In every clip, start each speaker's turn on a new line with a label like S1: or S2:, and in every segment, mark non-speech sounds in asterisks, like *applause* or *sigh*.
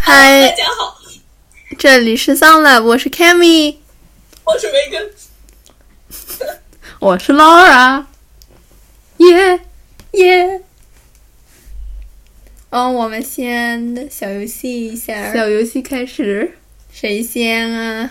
S1: 嗨
S2: 哎
S3: 大，家好，
S1: 这里是 Sound Lab，我是 Cammy，
S3: 我是维根。
S1: 我是 Laura，耶耶。
S2: 嗯，我们先小游戏一下，
S1: 小游戏开始，
S2: 谁先啊？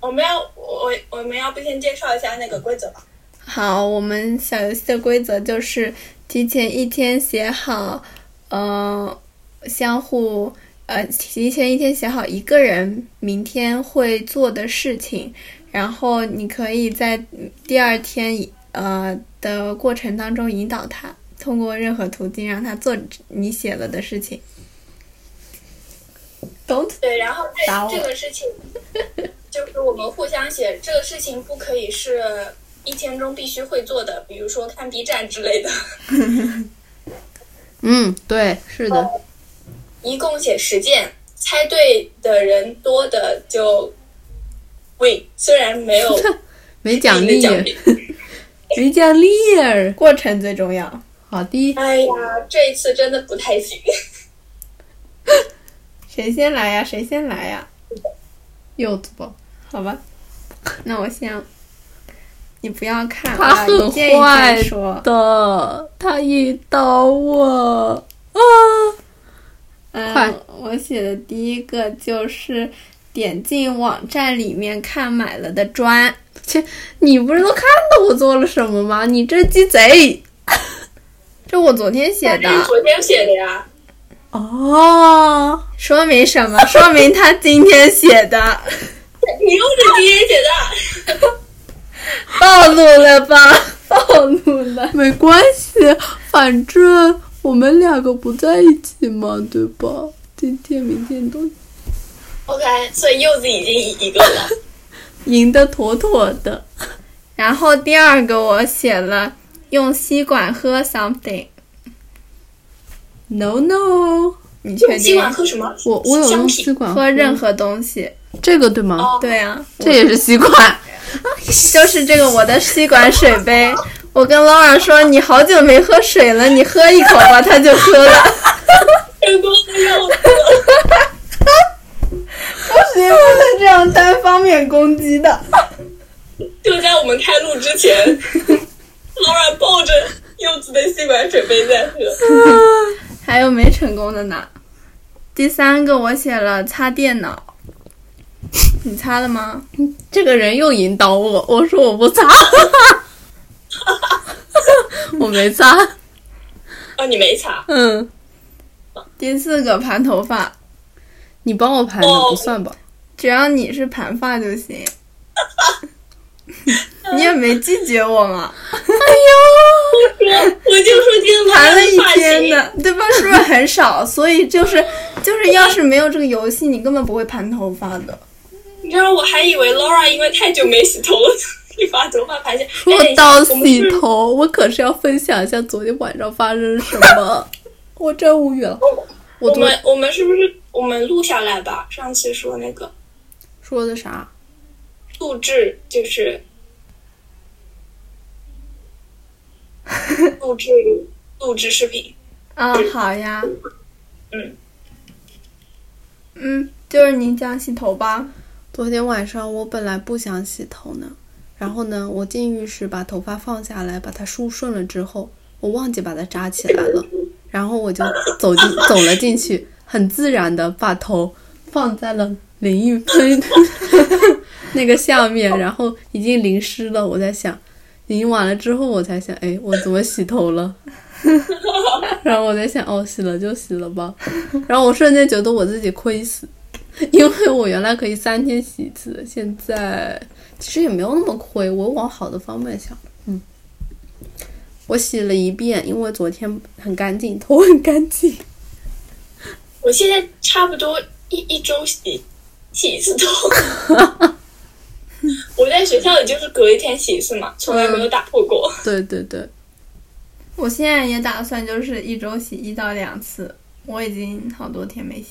S3: 我们要我我们要不先介绍一下那个规则吧？
S2: 好，我们小游戏的规则就是提前一天写好，呃，相互呃提前一天写好一个人明天会做的事情，然后你可以在第二天呃的过程当中引导他，通过任何途径让他做你写了的事情。Don't
S1: 哦
S3: 对，然后
S2: 打
S3: 这
S2: 我
S3: 这个事情就是我们互相写，这个事情不可以是一天中必须会做的，比如说看 B 站之类的。
S1: 嗯，对，是的，
S3: 一共写十件，猜对的人多的就 win，虽然
S2: *laughs*
S3: 没有
S1: 没奖
S3: 赢的
S1: 励，
S3: 奖品。
S1: 没奖励儿，
S2: 过程最重要。
S1: 好的，
S3: 哎呀，这一次真的不太行。
S2: 谁先来呀？谁先来呀？
S1: 柚子吧，
S2: 好吧，那我先，你不要看，啊
S1: 他
S2: 我要
S1: 很
S2: 一件一
S1: 坏
S2: 件说。
S1: 的，他引导我啊，快
S2: 嗯，我写的第一个就是点进网站里面看买了的砖，
S1: 切，你不是都看到我做了什么吗？你这鸡贼！
S2: 这我昨天写
S3: 哎
S1: 哎
S3: 这是
S2: 的，
S3: 昨天写的呀，
S1: 哦，
S2: 说明什么？说明他今天写
S1: *laughs*
S2: 的，
S3: 你又是第一写的。
S2: *laughs* 暴露了
S1: *laughs*
S2: 吧？暴露了。
S1: 没关系，反正我们两个不在一起嘛，对吧？今天、明天都
S3: OK，所以柚子已经一个了。
S1: 赢得妥妥的。
S2: 然后第二个我写了用吸管喝 something，
S1: No no，
S2: 你确
S3: 今
S2: 定？
S3: 晚喝什么？
S1: 我我有
S3: 香
S1: 用
S3: 品
S1: 吸管
S2: 喝任何东西，
S1: 这个对吗？
S3: 哦，
S2: 对啊，
S1: 这也是吸管。
S2: 就是这个我的吸管水杯。我跟 Laura 说，你好久没喝水了，你喝一口吧，他就喝了。
S3: 成功的柚子。
S2: 不行，不能这样单方面攻击的。
S3: *laughs* 就在我们开录之
S1: *laughs*
S3: 前，Laura 抱着柚子的吸管水杯在喝。
S2: 还有没成功的呢？第三个我写了擦电脑，你擦了吗？
S1: 这个人又引导我，我说我 *laughs* 不擦，我没擦。
S3: 哦，你没擦。
S1: 嗯，
S2: 第四个盘头发，
S1: 你帮我盘的
S3: 哦
S1: 不算吧？
S2: 只要你是盘发就行。你也没拒绝我嘛，
S3: 说，我就说今天
S2: 盘了一
S3: 发
S2: 天
S3: 型。
S2: 的，对吧？是不是很少？所以就是就是，要是没有这个游戏，你根本不会盘头发的。
S3: 你知道，我还以为 Laura 因为太久没洗头了，所以把头发盘下。
S1: 说
S3: 哎
S1: 到
S3: 我们
S1: 洗
S3: 是
S1: 头，我可是要分享一下昨天晚上发生什 *laughs* 么，我真无语了。哦我
S3: 我
S1: 昨
S3: 们我们是不是我们录下来吧？上次说那个
S1: 说的啥？
S3: 录制
S1: *laughs*
S3: 就是。录制录制视频，
S2: 啊，好呀，
S3: 嗯，
S2: 嗯，就是你讲洗头吧。
S1: 昨天晚上我本来不想洗头呢，然后呢，我进浴室把头发放下来，把它梳顺了之后，我忘记把它扎起来了，然后我就走进走了进去，很自然的把头放在了淋浴喷 *laughs* 那个下面，然后已经淋湿了。我在想，淋完了之后，我才想，哎，我怎么洗头了？ *laughs* 然后我在想，哦，洗了就洗了吧。 *laughs* 然后我瞬间觉得我自己亏死， *laughs* 因为我原来可以三天洗一次，现在其实也没有那么亏。我往好的方面想，嗯，我洗了一遍，因为昨天很干净，头很干净。 *laughs*
S3: 我现在差不多一一周洗洗一次头。我在学校里就是隔一天洗一次嘛，从来没有打破过。
S1: 对对对，
S2: 我现在也打算就是一周洗一到两次，我已经好多天没洗。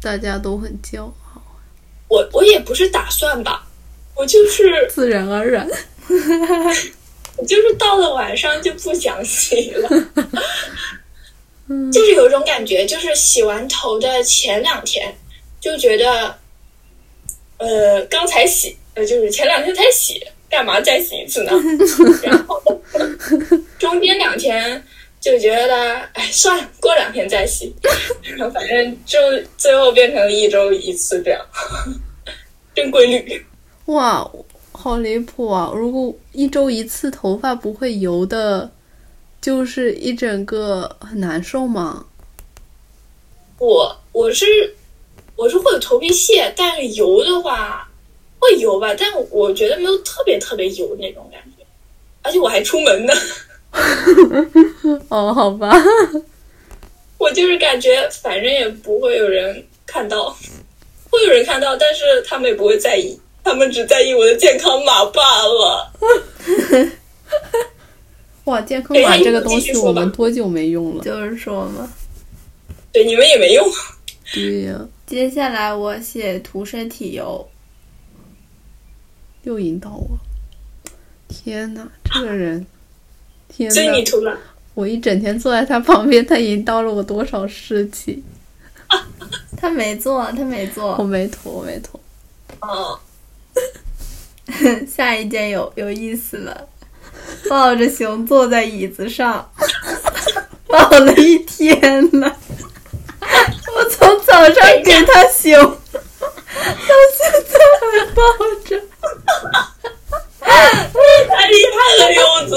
S1: 大家都很骄傲，
S3: 我我也不是打算吧，我就是
S1: 自然而然。
S3: 我就是到了晚上就不想洗了。就是有一种感觉，就是洗完头的前两天就觉得，呃，刚才洗，呃，就是前两天才洗，干嘛再洗一次呢？然后中间两天就觉得，哎，算了，过两天再洗，然后反正就最后变成一周一次这样， *laughs* 真规律。
S1: 哇，好离谱啊！如果一周一次头发不会油的，就是一整个很难受吗？
S3: 我我是我是会有头皮屑，但是油的话会油吧，但我觉得没有特别特别油那种感觉，而且我还出门呢， *laughs*
S1: 哦，好吧， *laughs*
S3: 我就是感觉反正也不会有人看到，会有人看到，但是他们也不会在意，他们只在意我的健康码罢了。
S1: 哇，健康码这个东西我们多久没用了？
S2: 就是说嘛。
S3: 对，你们也没用。
S1: 对呀、
S2: 接下来我写涂身体油，
S1: 又引导我。天哪，这个人，天
S3: 所以你
S1: 哪！
S3: 涂了，
S1: 我一整天坐在他旁边，他引导了我多少事情？
S2: 他没做，他没
S1: 我
S2: 做。
S1: 没涂，我没涂。
S3: 哦，
S2: *laughs* 下一件有有意思了，抱着熊坐在椅子上， *laughs* 抱了一天了。 *laughs* 我从早上给他熊， *laughs* 到现在还抱着。
S3: 太厉害了，柚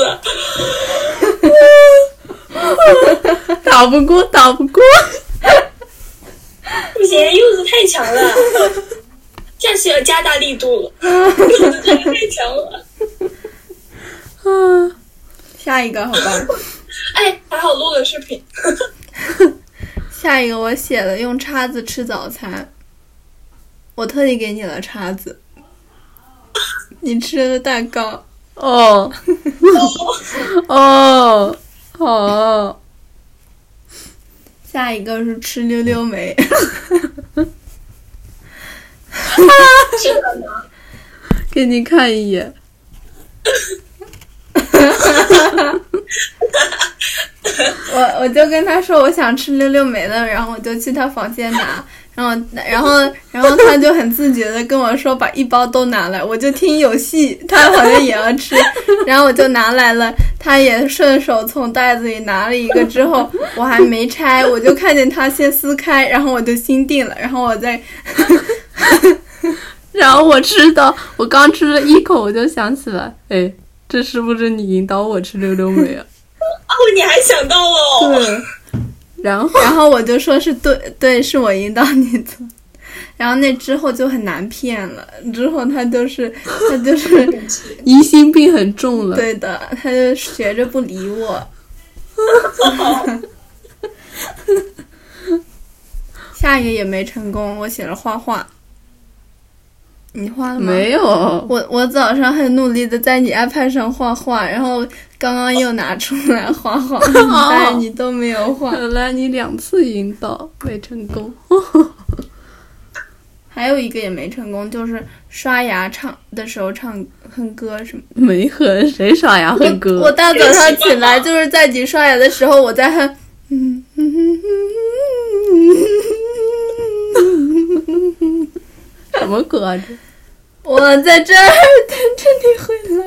S3: 子。
S1: 打不过，打不过。
S3: 不行，柚子太强了， *laughs* 下次要加大力度了。 *laughs* 柚子真的太强了，
S1: 啊，
S2: 下一个好吧。
S3: 哎，还好录了视频。
S2: 下一个我写了用叉子吃早餐，我特地给你了叉子，你吃了蛋糕，
S1: 哦，
S2: 嗯
S1: 哦，好、
S2: 下一个是吃溜溜梅，
S3: 是的呢，
S1: 给你看一眼。
S2: 我我就跟他说我想吃溜溜梅了，然后我就去他房间拿，然后然后然后他就很自觉的跟我说把一包都拿来，我就听有戏，他好像也要吃，然后我就拿来了，他也顺手从袋子里拿了一个，之后我还没拆，我就看见他先撕开，然后我就心定了，然后我再。
S1: 然后我吃到，我刚吃了一口，我就想起来，哎，这是不是你引导我吃溜溜梅啊？
S3: *laughs* 哦，你还想到了哦，
S2: 对，
S1: 然后
S2: 然后我就说是对对，是我引导你做。 *laughs* 然后那之后就很难骗了，之后他就是他就是
S1: 疑心病很重了。
S2: 对的，他就学着不理我。 *laughs* 下一个也没成功，我写了画画。你画了吗？
S1: 没有，
S2: 我我早上很努力的在你 iPad 上画画，然后刚刚又拿出来画
S1: *laughs*
S2: 画，
S1: 哦
S2: 但是你都没有画。
S1: 本来你两次引导没成功。
S2: 还有一个也没成功，就是刷牙唱的时候唱哼歌什么的。
S1: 没和谁耍呀？和哥，
S2: 我大早上起来就是在你刷牙的时候，我在哼，嗯嗯嗯嗯嗯嗯，
S1: 什么歌啊？这
S2: 我在这儿等着你回来。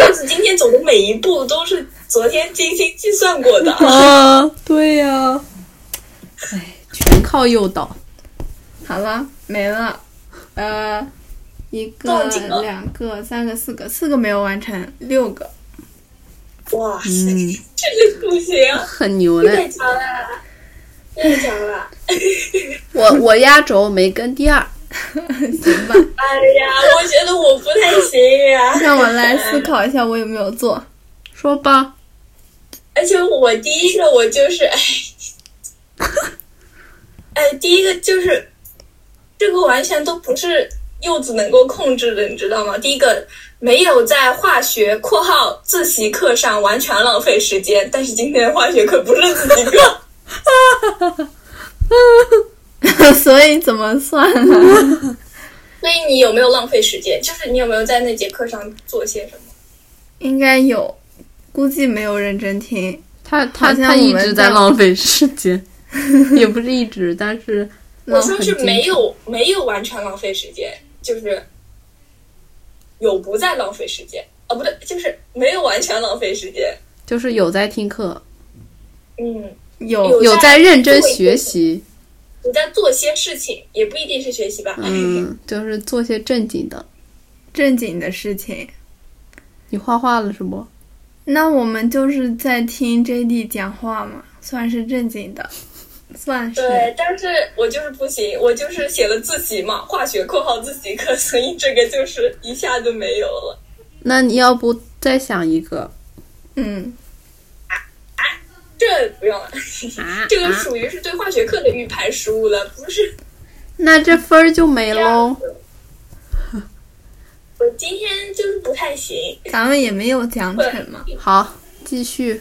S3: 柚子今天走的每一步都是昨天精心计算过的。
S2: 嗯
S1: 啊，对呀、哎，全靠诱导。
S2: 好了，没了，呃，一个
S3: 动静、了
S2: 两个、三个、四个，四个没有完成，六个。 *laughs*
S3: 哇塞，
S1: 嗯，
S3: 这个不行，啊
S1: 很牛
S3: 太
S1: 嘞！
S3: 强了，太强了。 *laughs*
S1: 我我压轴没跟第二，
S2: 行吧，
S3: 哎呀，我觉得我不太行呀、
S2: 让我来思考一下，我有没有做。 *laughs*
S1: 说吧，
S3: 而且我第一个我就是哎，哎，第一个就是这个完全都不是柚子能够控制的，你知道吗？第一个没有在化学（括号自习课）上完全浪费时间，但是今天化学课不是自习课，
S2: 所以怎么算呢？
S3: 所以你有没有浪费时间？就是你有没有在那节课上做些什么？
S2: 应该有，估计没有认真听。
S1: 他他
S2: 好像
S1: 他一
S2: 我们
S1: 直在
S2: 在
S1: 浪费时间， *laughs* 也不是一直，但是
S3: 我
S1: 浪
S3: 说
S1: 很
S3: 是
S1: 经
S3: 没
S1: 常
S3: 有没有完全浪费时间，就是有不再浪费时间啊，不对，就是没有完全浪费时间。
S1: 就是有在听课，
S3: 嗯，
S2: 有
S3: 有
S1: 有
S3: 在
S1: 在认真
S3: 做一些
S1: 学
S3: 事
S1: 习，
S3: 你在做些事情，也不一定是学习吧。
S1: 嗯，就是做些正经的。
S2: 正经的事情。
S1: 你画画了是不？
S2: 那我们就是在听 JD 讲话嘛，算是正经的，算是
S3: 对， *laughs* 但是我就是不行，我就是写了自习嘛，化学（括号自习课）， *laughs* 所以这个就是一下就没有了。
S1: 那你要不再想一个
S2: 嗯，
S3: 这不用了，
S1: 啊？
S3: *laughs* 这个
S1: 啊
S3: 属于是对化学课的预判失误了，不是
S1: 那这分儿就没
S3: 这样
S1: 喽。
S3: 子。我今天就是不太行。
S2: 咱们也没有讲成嘛。
S1: 好，继续。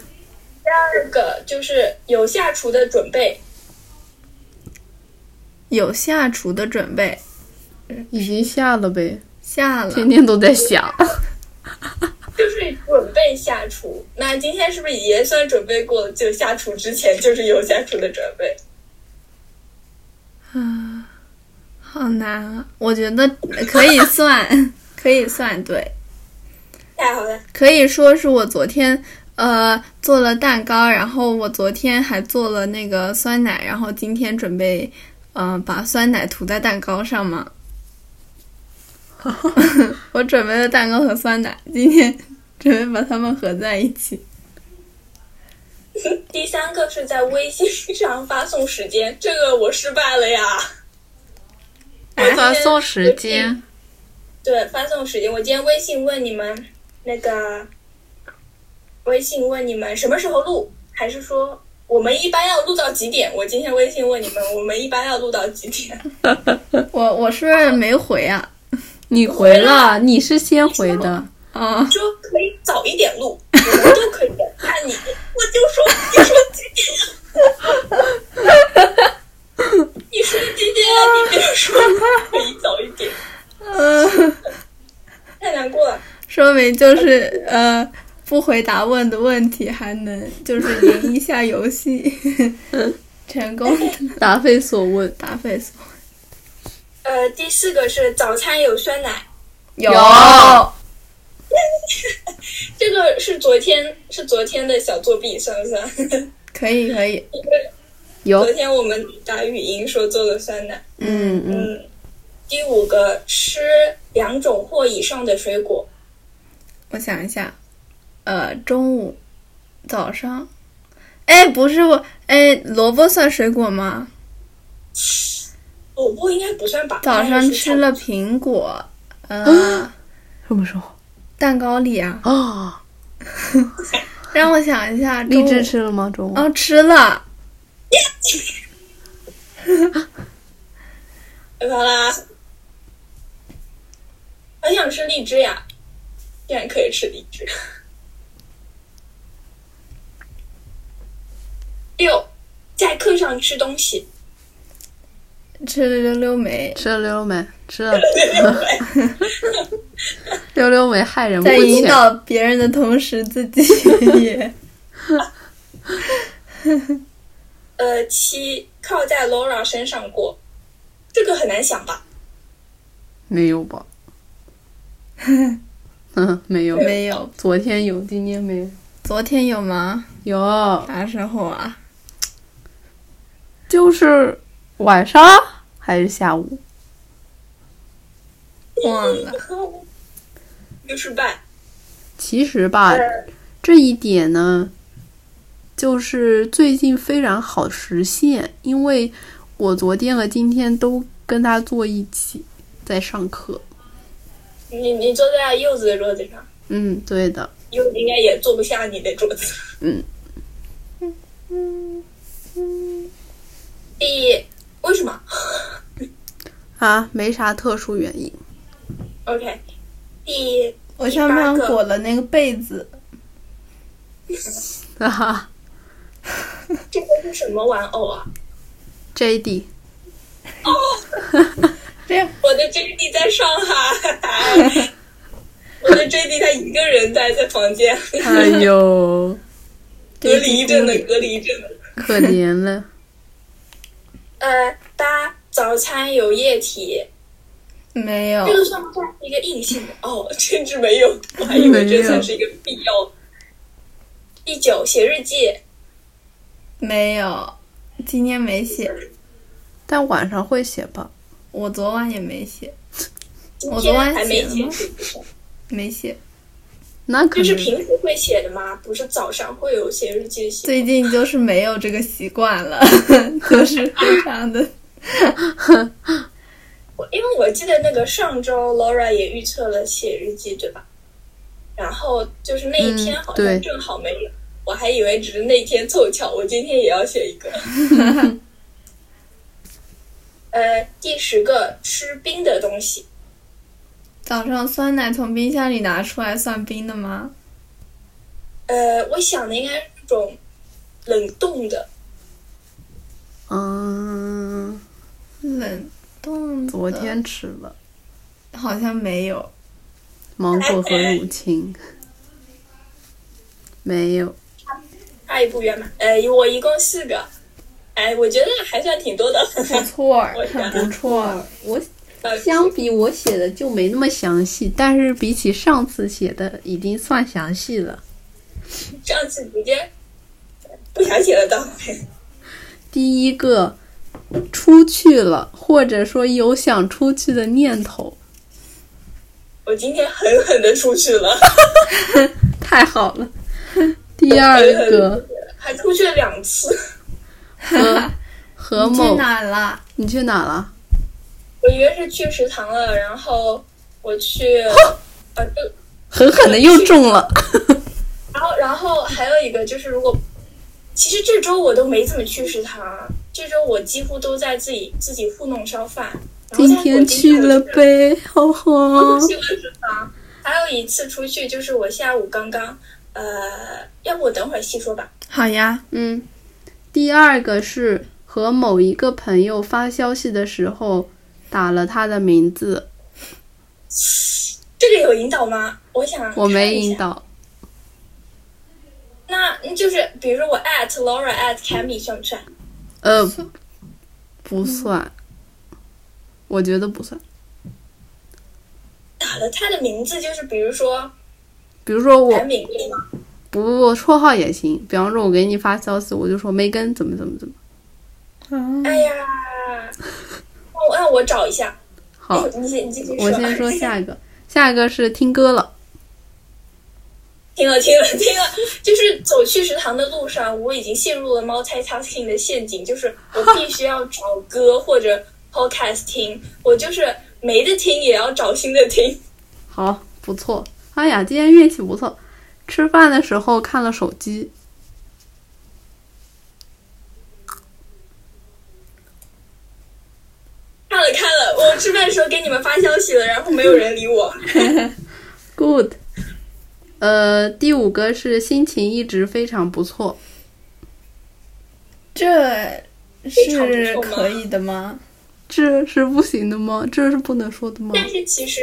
S3: 第二个就是有下厨的准备，
S2: 有下厨的准备，
S1: 已经下了呗，
S2: 下了
S1: 天天都在想。
S3: 就是准备下厨。那今天是不是也算准备过了？就下厨之前就是有下厨的准备。
S2: 啊，好难啊！我觉得可以算， *laughs* 可以算对。
S3: 太好了，
S2: 可以说是我昨天呃做了蛋糕，然后我昨天还做了那个酸奶，然后今天准备嗯、呃把酸奶涂在蛋糕上嘛。 *laughs* 我准备了蛋糕和酸奶，今天准备把它们合在一起。
S3: 第三个是在微信上发送时间，这个我失败了呀。 *laughs*
S2: 哎
S3: 发送
S1: 时
S3: 间，对，发送时间，我今天微信问你们那个，微信问你们什么时候录，还是说我们一般要录到几点？我今天微信问你们，我们一般要录到几点？ *laughs*
S2: 我我是不是没回啊？
S1: *laughs* 你回了，你是先回的。
S2: 哦，
S3: 说可以早一点录，我们都可以的。看你，我就说你说几点？ *laughs* 你说几点？你别说可以早一点，
S2: 嗯，
S3: 太难过了。
S2: *laughs* 说明就是呃不回答问的问题，还能就是赢一下游戏， *laughs* 成功的
S1: 答非所问。
S2: 答非所问。
S3: 呃，第四个是早餐有酸奶，
S2: 有
S3: 这个是昨天是昨天的小作弊，算不算？
S2: 可以可以，
S1: 有
S3: 昨，天我们打语音说做了酸奶。
S1: 嗯嗯，
S3: 嗯，第五个吃两种或以上的水果，
S2: 我想一下，呃，中午、早上，哎，不是我，哎，萝卜算水果吗？
S3: 哦，不过应该不算吧。
S2: 早
S3: 应
S2: 上
S3: 该是
S2: 吃了苹果，
S1: 哦
S2: 呃，
S1: 什么时候
S2: 蛋糕里啊，
S1: 啊？
S2: 让我想一下，
S1: 荔枝
S2: 中午
S1: 吃了吗？中午？
S2: 哦，吃了，
S3: 哎好啦，很想吃荔枝呀，竟然可以吃荔枝。 *laughs* 六，在课上吃东西，
S2: 吃了溜溜梅，
S1: 吃了溜溜梅，吃了 *laughs* 溜溜梅害人不
S2: 在引
S1: 浅。
S2: 导别人的同时，自己 *laughs* 也
S3: 呃，七，靠在 Laura 身上过，这个很难想吧？
S1: 没有
S2: *laughs*
S1: 吧？嗯，没有。
S2: 没有。
S1: 昨天有，今天没有。
S2: 昨天有吗？
S1: 有，
S2: 啥时候啊？
S1: 就是晚上还是下午？
S2: 忘了。
S3: 又失败。
S1: 其实
S3: 呃
S1: 吧，这一点呢，就是最近非常好实现，因为我昨天和今天都跟他坐一起在上课。
S3: 你你坐在柚子的桌子上，
S1: 嗯，对的。
S3: 柚子应该也坐不下你的桌子。
S1: 嗯。
S3: 第为什么？
S1: 啊，没啥特殊原因。
S3: OK，第
S2: 我上面裹了那个被子，
S1: 哈哈
S3: 这个是什么玩偶啊？哦
S1: ，JD，
S2: 这样
S3: 我的 JD 在上海，我的 JD 他一个人待在房间。
S1: 哎呦，
S3: 隔离一阵的，隔离一阵的。
S1: *laughs* 可怜了。
S3: 呃，八早餐有液体，
S2: 没有
S3: 这，个算不算是一个硬性的？哦，甚至没有，我还以为这算是一个必要。第九，写日记，
S2: 没有，今天没写，
S1: 但晚上会写吧？
S2: 我昨晚也没写，
S3: 今
S2: 我昨
S3: 天
S2: 晚
S3: 还没
S2: 写了
S3: 写
S2: 吗
S3: 日记，
S2: 没写。
S1: 那可
S3: 就是
S1: 能
S3: 平时会写的吗？不是早上会有写日记写？
S2: 最近就是没有这个习惯了， *laughs* 就是非常的
S3: 我因为我记得那个上周 Laura 也预测了写日记，对吧？然后就是那一天
S1: 嗯
S3: 好
S1: 对
S3: 像正好没有，我还以为只是那天凑巧，我今天也要写一
S1: *laughs*
S3: 个。呃，第十个吃冰的东西，
S2: 早上酸奶从冰箱里拿出来算冰的吗？
S3: 呃，我想的应该是那种冷冻的，
S1: 嗯，
S2: 冷冻的
S1: 昨天吃了
S2: 好像没有，
S1: 芒果和乳清，没有。
S3: 差一步圆满。呃，我一共四个，哎，我觉得还算挺多的。
S2: 不错儿
S3: *laughs* 我，
S2: 很不错儿。
S1: 哦我相比我写的就没那么详细，但是比起上次写的已经算详细了。
S3: *laughs* 上次直接不想写了，当然。
S1: 第一个，出去了，或者说有想出去的念头，
S3: 我今天狠狠的出去了。
S1: 太好了。第二个，
S3: 还出去了两次。
S1: *laughs* 和和
S2: 你去
S1: 某，
S2: 哪了？
S1: 你去哪了？
S3: 我一个是去食堂了，然后我去，呃，就
S1: 狠狠的又中了。
S3: 然后然后还有一个就是，如果其实这周我都没怎么去食堂啊，这周我几乎都在自己自己糊弄烧饭。然后
S1: 今
S3: 但是我
S1: 天去了
S3: 今
S1: 呗，吼吼
S3: 天我。去了食堂，还有一次出去就是我下午刚刚，呃，要不我等会儿细说吧。
S2: 好呀，
S1: 嗯，第二个是和某一个朋友发消息的时候打了他的名字，
S3: 这个有引导吗？我想
S1: 我
S3: 看
S1: 没
S3: 一下
S1: 引导。
S3: 那那就是比如说我 at Laura at Cammy 算不算？
S1: 呃，不算，我觉得不算。
S3: 打了他的名字，就是比如说
S1: 比如说我
S3: 产品对吗？
S1: 不不不绰号也行，比方说我给你发消息，我就说梅根怎么怎么怎么
S2: 嗯
S1: 嗯
S3: 哎呀，我让我找一下。
S1: 好
S3: 哎。你先你继续
S1: 哦我先说下一个，下一个是听歌了，
S3: *laughs* 听了听了听了，就是走去食堂的路上，我已经陷入了 multitasking 的陷阱，就是我必须要找歌或者 podcast 听，我就是没得听也要找新的听。
S1: 好不错。哎呀，今天运气不错。吃饭的时候看了手机，
S3: 看了看了，我吃饭的时候给你们发消息了，然后没有人理我。
S1: 嗯 Good，呃，第五个是心情一直非常不错，
S2: 这
S3: 非常
S2: 是
S3: 不错吗
S2: 可以的吗？
S1: 这是不行的吗？这是不能说 *laughs* 的吗？
S3: 但是其实，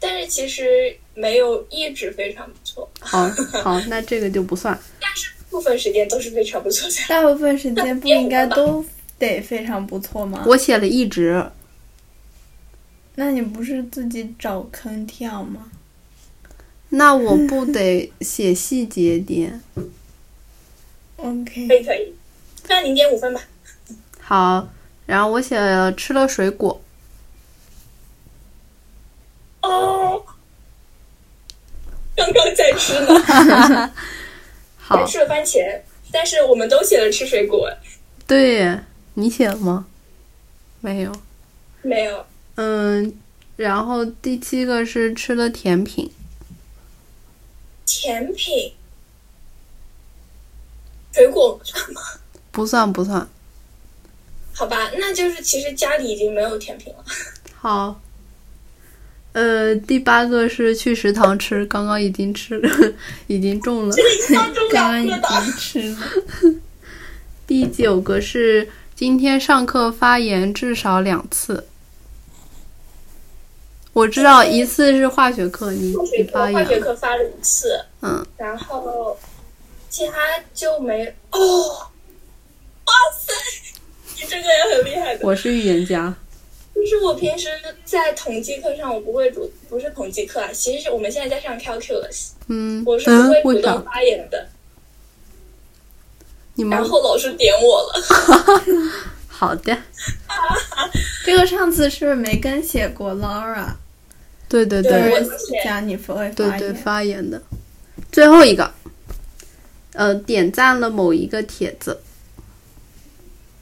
S3: 但是其实没有一直非常不错，
S1: 好，好，那这个就不算。
S3: 但是部分时间都是非常不错的。
S2: 大部分时间不应该都得非常不错吗？
S1: 我写了一直，
S2: 那你不是自己找坑跳吗？
S1: 那我不得写细节点？
S3: 可
S2: OK，
S3: 以可以，那零点五分吧。
S1: 好，然后我写了吃了水果，
S3: 哦，刚刚在吃呢，还
S1: 好，
S3: 吃了番茄，但是我们都写了吃水果，
S1: 对你写了吗？没有，
S3: 没有。
S1: 嗯，然后第七个是吃了甜品，
S3: 甜品，水果算吗？ *laughs*
S1: 不算不算。
S3: 好吧，那就是其实家里已经没有甜品了。
S1: 好，呃，第八个是去食堂吃，刚刚已经吃了，已经中了。
S3: 上周
S2: 刚刚
S3: 两
S2: 已
S3: 个
S1: *laughs*
S3: 的，
S2: 经吃了，
S1: 第九个是今天上课发言至少两次。我知道一次是化学课，你
S3: 呃化
S1: 你
S3: 学课
S1: 发
S3: 化学
S1: 言，
S3: 课发了一次，
S1: 嗯，
S3: 然后其他就没哦。哇塞，你这个也很厉害的。
S1: 我是预言家，
S3: 就是我平时在统计课上，我不会主，不是统计课啊，其实是我们现在在上 calculus，
S1: 嗯
S3: 我是
S1: 嗯
S3: 不会
S1: 为
S3: 主
S1: 啥
S3: 动发言的。
S1: 你们
S3: 然后 *laughs* 老师点我了，
S1: 好的，
S2: 这个上次是不是没跟写过 Laura？
S1: 对对
S3: 对
S2: 就
S3: 我
S2: 是
S3: 之前
S2: 讲你不会发
S1: 对
S2: 言
S1: 对，发言的。最后一个，呃，点赞了某一个帖子，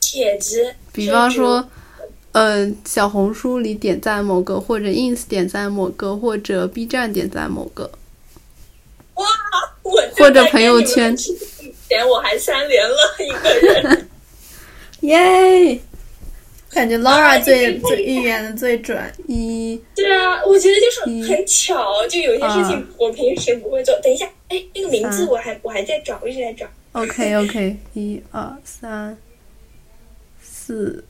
S3: 帖子，
S1: 比方说，呃，小红书里点赞某个，或者 ins 点赞某个，或者 B 站点赞某个，
S3: 哇，我正在
S1: 或者朋友圈
S3: 跟你们之前我还三连了一个人，
S2: 耶！感
S3: 啊
S2: 觉 Laura 最
S3: 你这个
S2: 最预言的最准，
S1: 一
S3: 对啊，我觉得就是
S1: 嗯
S3: 很巧，就有些事情我平时不会做。等一下，哎，那个名字
S1: 啊嗯
S3: 我还我还在找，我一直在找。
S2: *laughs*
S1: OK OK，一二三四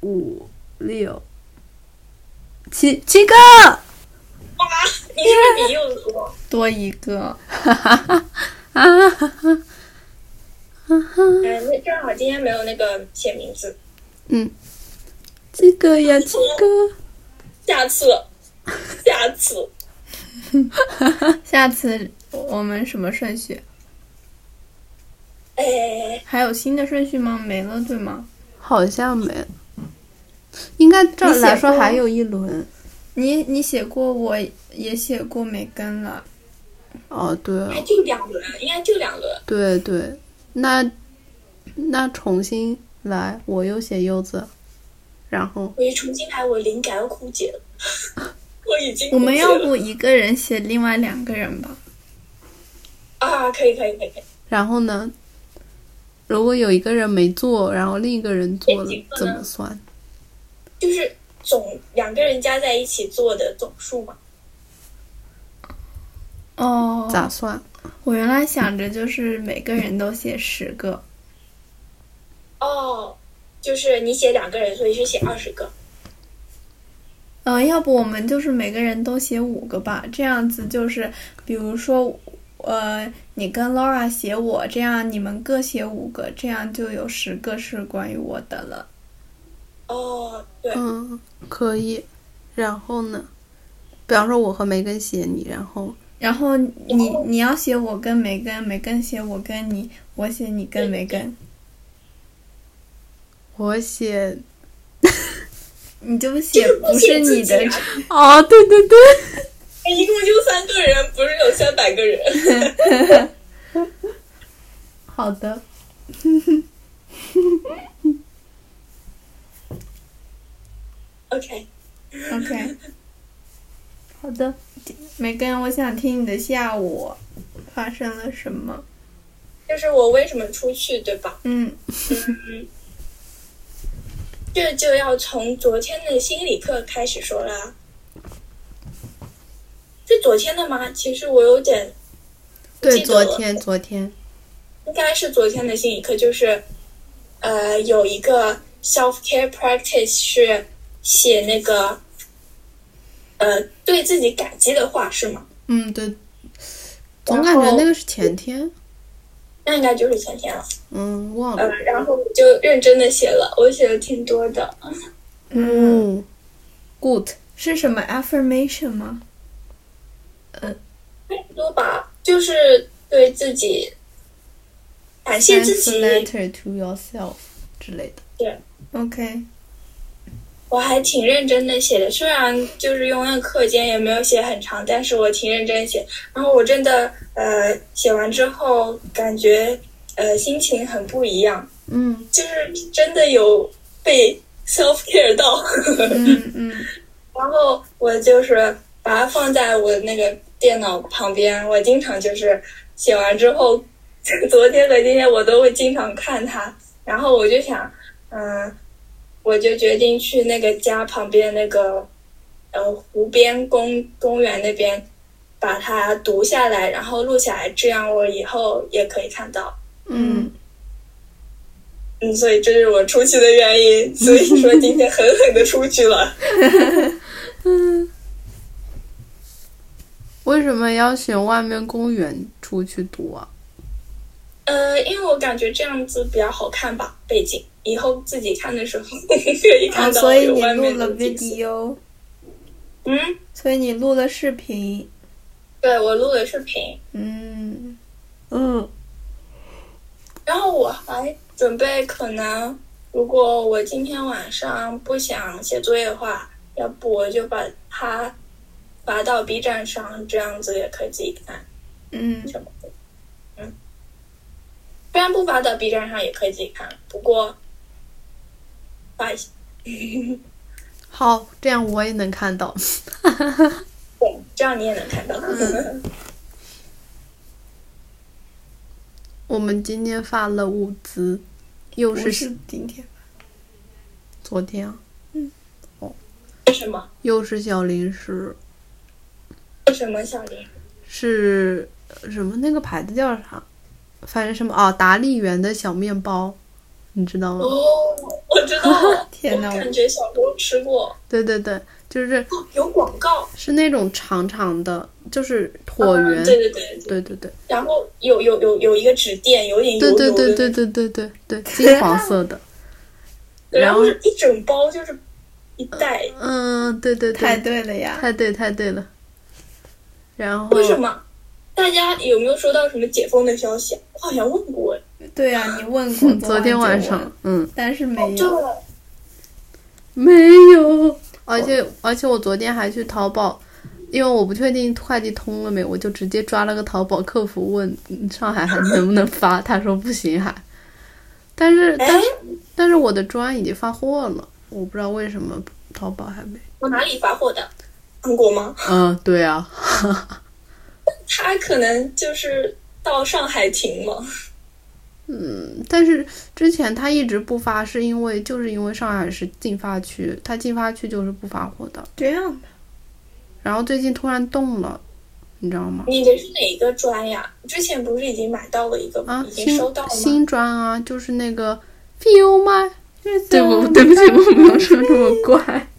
S1: 五六七七
S2: *laughs*
S1: 个，
S3: 哇，
S1: *laughs*
S3: 你是不是比柚子多？
S2: 多一个。
S1: 哈哈哈啊哈哈啊哈，
S3: 哎，那正好今天没有那个写名字，
S1: 嗯七个呀七个，
S3: 下次，下次
S2: 下次我们什么顺序？
S3: 哎，
S2: 还有新的顺序吗？没了，对吗？
S1: 好像没了，应该照
S2: 你
S1: 来
S2: 写
S1: 说
S2: 过
S1: 还有一轮。
S2: 你你写过，我也写过没跟了。
S1: 哦，对
S3: 哎，就两轮，应该就两轮。
S1: 对对，那那重新来，我又写柚子，然后
S3: 我一重新来，我灵感要枯竭了， *laughs* 我已经
S2: 我
S3: 枯竭了
S2: 们要不一个人写另外两个人吧？
S3: 啊，可以可以可以可以，
S1: 然后呢，如果有一个人没做，然后另一个人做了
S3: 这几，个呢
S1: 怎么算？
S3: 就是总两个人加在一起做的总数嘛。
S2: 哦，
S1: 咋算？
S2: 我原来想着就是每个人都写十个，
S3: 哦，就是你写两个人，所以是写二十个。
S2: 嗯、要不我们就是每个人都写五个吧，这样子就是，比如说，呃，你跟 Laura 写我，这样你们各写五个，这样就有十个是关于我的了。
S3: 哦，对，
S1: 嗯，可以。然后呢？比方说我和梅根写你，然后
S2: 然后你
S3: 哦
S2: 你要写我跟梅根，梅根写我跟你，我写你跟梅根，
S1: 我写
S2: 你就写
S3: 就是
S2: 不是
S3: 写自
S2: 你
S3: 己啊哎
S2: 的，
S1: 哦，对对对，
S3: 一共就三个人，不是有三百个人。 *laughs*
S1: 好的。
S3: OK， *laughs*
S2: OK，
S1: 好的，
S2: 梅根，我想听你的下午发生了什么。
S3: 就是我为什么出去，对吧？
S2: 嗯，
S3: 这就要从昨天的心理课开始说啦。是昨天的吗？其实我有点
S1: 对，
S3: 记得
S1: 昨
S3: 了
S1: 天，昨天，
S3: 应该是昨天的心理课，就是呃有一个 self care practice 是写那个呃对自己感激的话是吗？
S1: 嗯，对，总感觉
S3: 然后
S1: 那个是前天，
S3: 那应该就是前天了。
S1: 嗯，忘
S3: 呃
S1: 了，，
S3: 然后我就认真的写了，我写的挺多的。
S2: 嗯，
S1: 嗯，good，
S2: 是什么 affirmation 吗？
S3: 多吧，就是对自己感谢自
S1: thanks
S3: 己。
S1: letter to yourself 之类的，
S2: OK，
S3: 我还挺认真的写的，虽然就是用那课间也没有写很长，但是我挺认真写。然后我真的呃写完之后，感觉呃心情很不一样，
S1: 嗯，
S3: 就是真的有被 self care 到。
S2: 嗯嗯
S3: 然后我就是把它放在我那个电脑旁边，我经常就是写完之后，昨天和今天我都会经常看它。然后我就想，嗯，我就决定去那个家旁边那个呃湖边公公园那边把它读下来，然后录下来，这样我以后也可以看到。
S2: 嗯，
S3: 嗯，所以这是我出去的原因。所以说今天 *laughs* 狠狠的出去了。
S1: 为什么要选外面公园出去读啊？
S3: 呃，因为我感觉这样子比较好看吧，背景以后自己看的时候 *laughs* 可以
S2: 啊，
S3: 看到
S2: 所以
S3: 有
S2: 你
S3: 外
S2: 录
S3: 面
S2: 了
S3: 的景色。
S2: video，
S3: 嗯，
S2: 所以你录了视频，
S3: 对我录的视频，
S2: 嗯嗯，
S3: 然后我还准备可能，如果我今天晚上不想写作业的话，要不我就把它发到 B 站上，这样子也可以自己看
S2: 嗯，
S3: 什么的。嗯，虽然不发到 B 站上也可以自己看，不过发一下。
S1: 好，这样我也能看到。
S3: 对，这样你也能看到。
S2: 嗯
S1: 我们今天发了物资，又
S2: 不
S1: 是
S2: 是今天，。
S1: 昨天啊，
S3: 为什么？
S1: 又是小零食，
S3: 为什么小林？
S1: 是呃什么那个牌子叫啥？反正什么哦，达利园的小面包，你知道吗？
S3: 哦，我知道了
S1: *laughs*
S2: 天哪
S3: 我感觉小时候吃过，
S1: 对对对，就是
S3: 哦有广告。
S1: 是那种长长的，就是椭圆。
S3: 嗯对对对。
S1: 对对对
S3: 然后有有有有一个纸垫，有点油
S1: 对
S3: 油
S1: 对
S3: 的，
S1: 对对对对对对，金黄色的。
S3: 对
S1: 然
S3: 然
S1: 后
S3: 后是一整包，就是一袋。
S1: 嗯，对对
S2: 太
S1: 对，
S2: 对了呀，
S1: 太对太对了。然后
S3: 为什么？大家有没有收到什么解封的消息？我好像问过哎。
S2: 对
S1: *laughs*
S2: 呀、你问过
S1: 昨天晚
S2: 晚
S1: 上，，嗯，
S2: 但是没
S3: 对
S2: 有，
S3: 了，
S1: 没有。而且而且我昨天还去淘宝，因为我不确定快递通了没，我就直接抓了个淘宝客服问嗯上海还能不能发，他说不行还。但是但
S3: 哎
S1: 是，但是我的专已经发货了，我不知道为什么淘宝还没。
S3: 我哪里发货的？韩国吗？
S1: 嗯，对啊，
S3: 他可能就是到上海停了。
S1: 嗯但是之前他一直不发，是因为就是因为上海是禁发区，他禁发区就是不发货的。
S2: 这样的，
S1: 然后最近突然动了，你知道吗？
S3: 你的是哪一个砖呀？之前不是已经买到了一个，
S1: 啊，
S3: 已经
S1: 新
S3: 收到了吗？
S1: 新专啊，就是那个 feel 吗？对嗯不，
S2: 不
S1: 对不起，我没有说这么怪。 *laughs*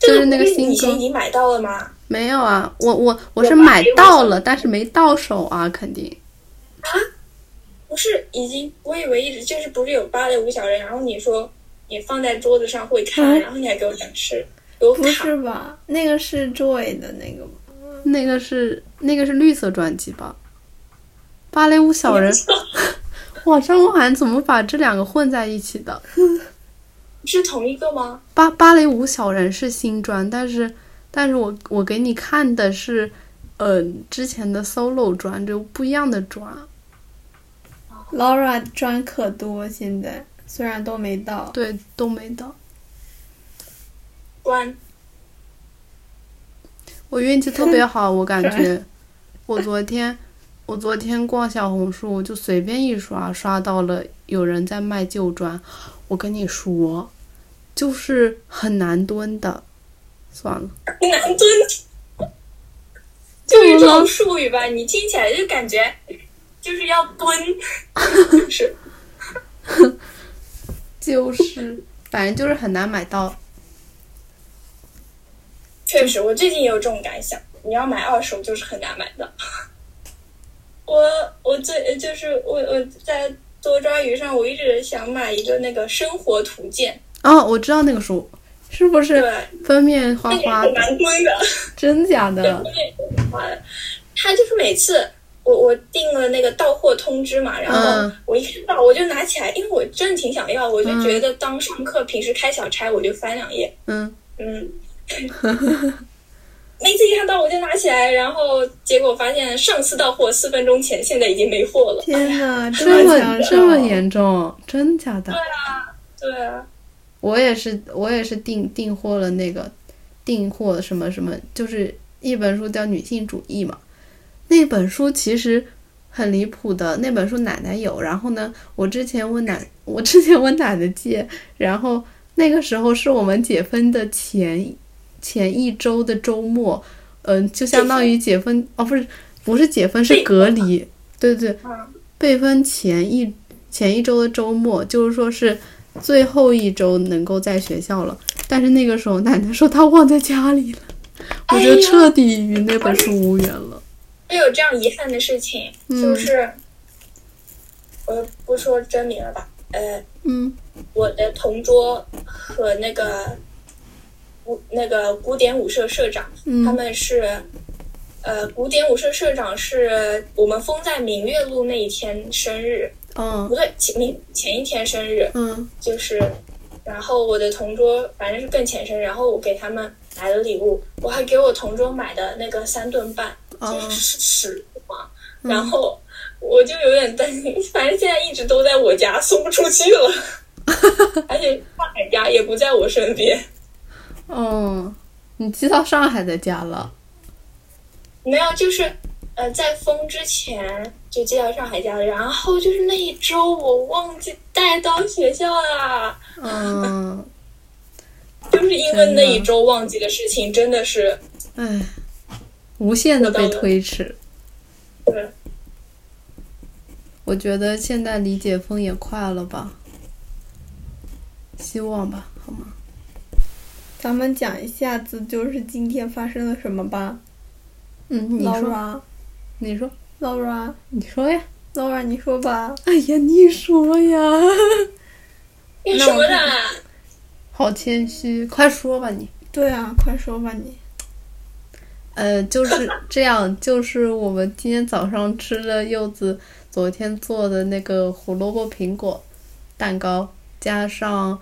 S1: 就是那个
S3: 你
S1: 新
S3: 以前已
S1: 歌，
S3: 经买到了吗？
S1: 没有啊，我我我是
S3: 有吧
S1: 买到了，但是没到手啊，肯定。
S3: 不是，已经，我以为一直就是不是有芭蕾舞小人，然后你说你放在桌子上会看，
S2: 嗯
S3: 然后你还给我展示，有
S2: 不
S3: 卡
S2: 是吧？那个是 Joy 的那个吗？
S1: 那个是那个是绿色专辑吧？芭蕾舞小人，哇，张韶涵怎么把这两个混在一起的？
S3: *laughs* 是同一个吗？
S1: 芭芭蕾舞小人是新专，但是但是我我给你看的是，呃，之前的 solo 专，就不一样的专。
S2: Laura 砖可多，现在虽然都没到，
S1: 对，都没到。
S3: 关
S1: 我运气特别好，我感觉。我昨天，我昨天逛小红书，我就随便一刷，刷到了有人在卖旧砖。我跟你说，就是很难蹲的。算了，
S3: 南敦， *laughs* 就是这种术语吧，你听起来就感觉就是要蹲， *laughs* 就是
S1: 就是，反正就是很难买到。
S3: 确实，我最近也有这种感想，你要买二手就是很难买的。 *laughs* 我我最就是我我在多抓鱼上，我一直想买一个那个生活图鉴，
S1: 哦，我知道那个书，是不
S3: 对
S1: 是，封面花
S3: 那个
S1: *laughs* 花
S3: 很
S1: 的？嗯
S3: 难蹲的。
S1: 真假
S3: *laughs*
S1: 的？
S3: 他就是每次我我订了那个到货通知嘛，然后
S1: 嗯
S3: 我一看到我就拿起来，因为我真的挺想要，我就觉得当上课平时开小差我就翻两页，
S1: 嗯，
S3: 嗯。每次一看到我就拿起来，然后结果发现上次到货四分钟前，现在已经没货了。
S2: 天哪，
S1: 这
S2: 么
S1: 么
S2: 抢手
S1: 这么严重？真假的？
S3: 对啊，
S1: 我也是，我也是订订货了那个订货什么什么，就是一本书叫《女性主义》嘛。那本书其实很离谱的，那本书奶奶有。然后呢，我之前问奶，我之前问奶奶借，然后那个时候是我们解封的前前一周的周末，嗯、就相当于解封哦，不是不是解封是隔离，对对
S3: 嗯，
S1: 被封前一前一周的周末，就是说是最后一周能够在学校了，但是那个时候奶奶说她忘在家里了，我
S3: 哎
S1: 就
S3: 呀
S1: 彻底与那本书无缘了。
S3: 会有这样遗憾的事情，就是呃，不说真名了吧，呃，
S2: 嗯
S3: 我的同桌和那个古那个古典舞社社长，
S2: 嗯
S3: 他们是，呃，古典舞社社长是我们封在明月路那一天生日，
S1: 嗯
S3: 不对，前明前一天生日，
S1: 嗯
S3: 就是，然后我的同桌反正是更前生日，然后我给他们买了礼物，我还给我同桌买的那个三顿半，就
S1: 哦
S3: 是是食物嘛，然后我就有点担心， *laughs* 反正现在一直都在我家，送不出去了，而且上海家也不在我身边，
S1: 哦，你寄到上海的家了。
S3: 没有，就是呃，在封之前就寄到上海家了，然后就是那一周我忘记带到学校啦。
S1: 嗯，
S3: 就是因为那一周忘记的事情，真的是，
S1: 哎，无限的被推迟。
S3: 对，
S1: 我觉得现在离解封也快了吧，希望吧，好吗？
S2: 咱们讲一下子就是今天发生了什么吧。
S1: 嗯，你说，
S2: Laura，Laura，Laura，
S1: 你说，你说呀。
S2: Laura，你说吧。
S1: 哎呀，你说 *laughs* 呀，
S3: 你
S2: 那
S3: 什
S2: 我
S3: 么
S2: 看
S3: 啦？
S1: 好谦虚，快说吧你。
S2: 对啊，快说吧你。
S1: 呃， *laughs* 就是这样，就是我们今天早上吃了柚子昨天做的那个胡萝卜苹果蛋糕，加上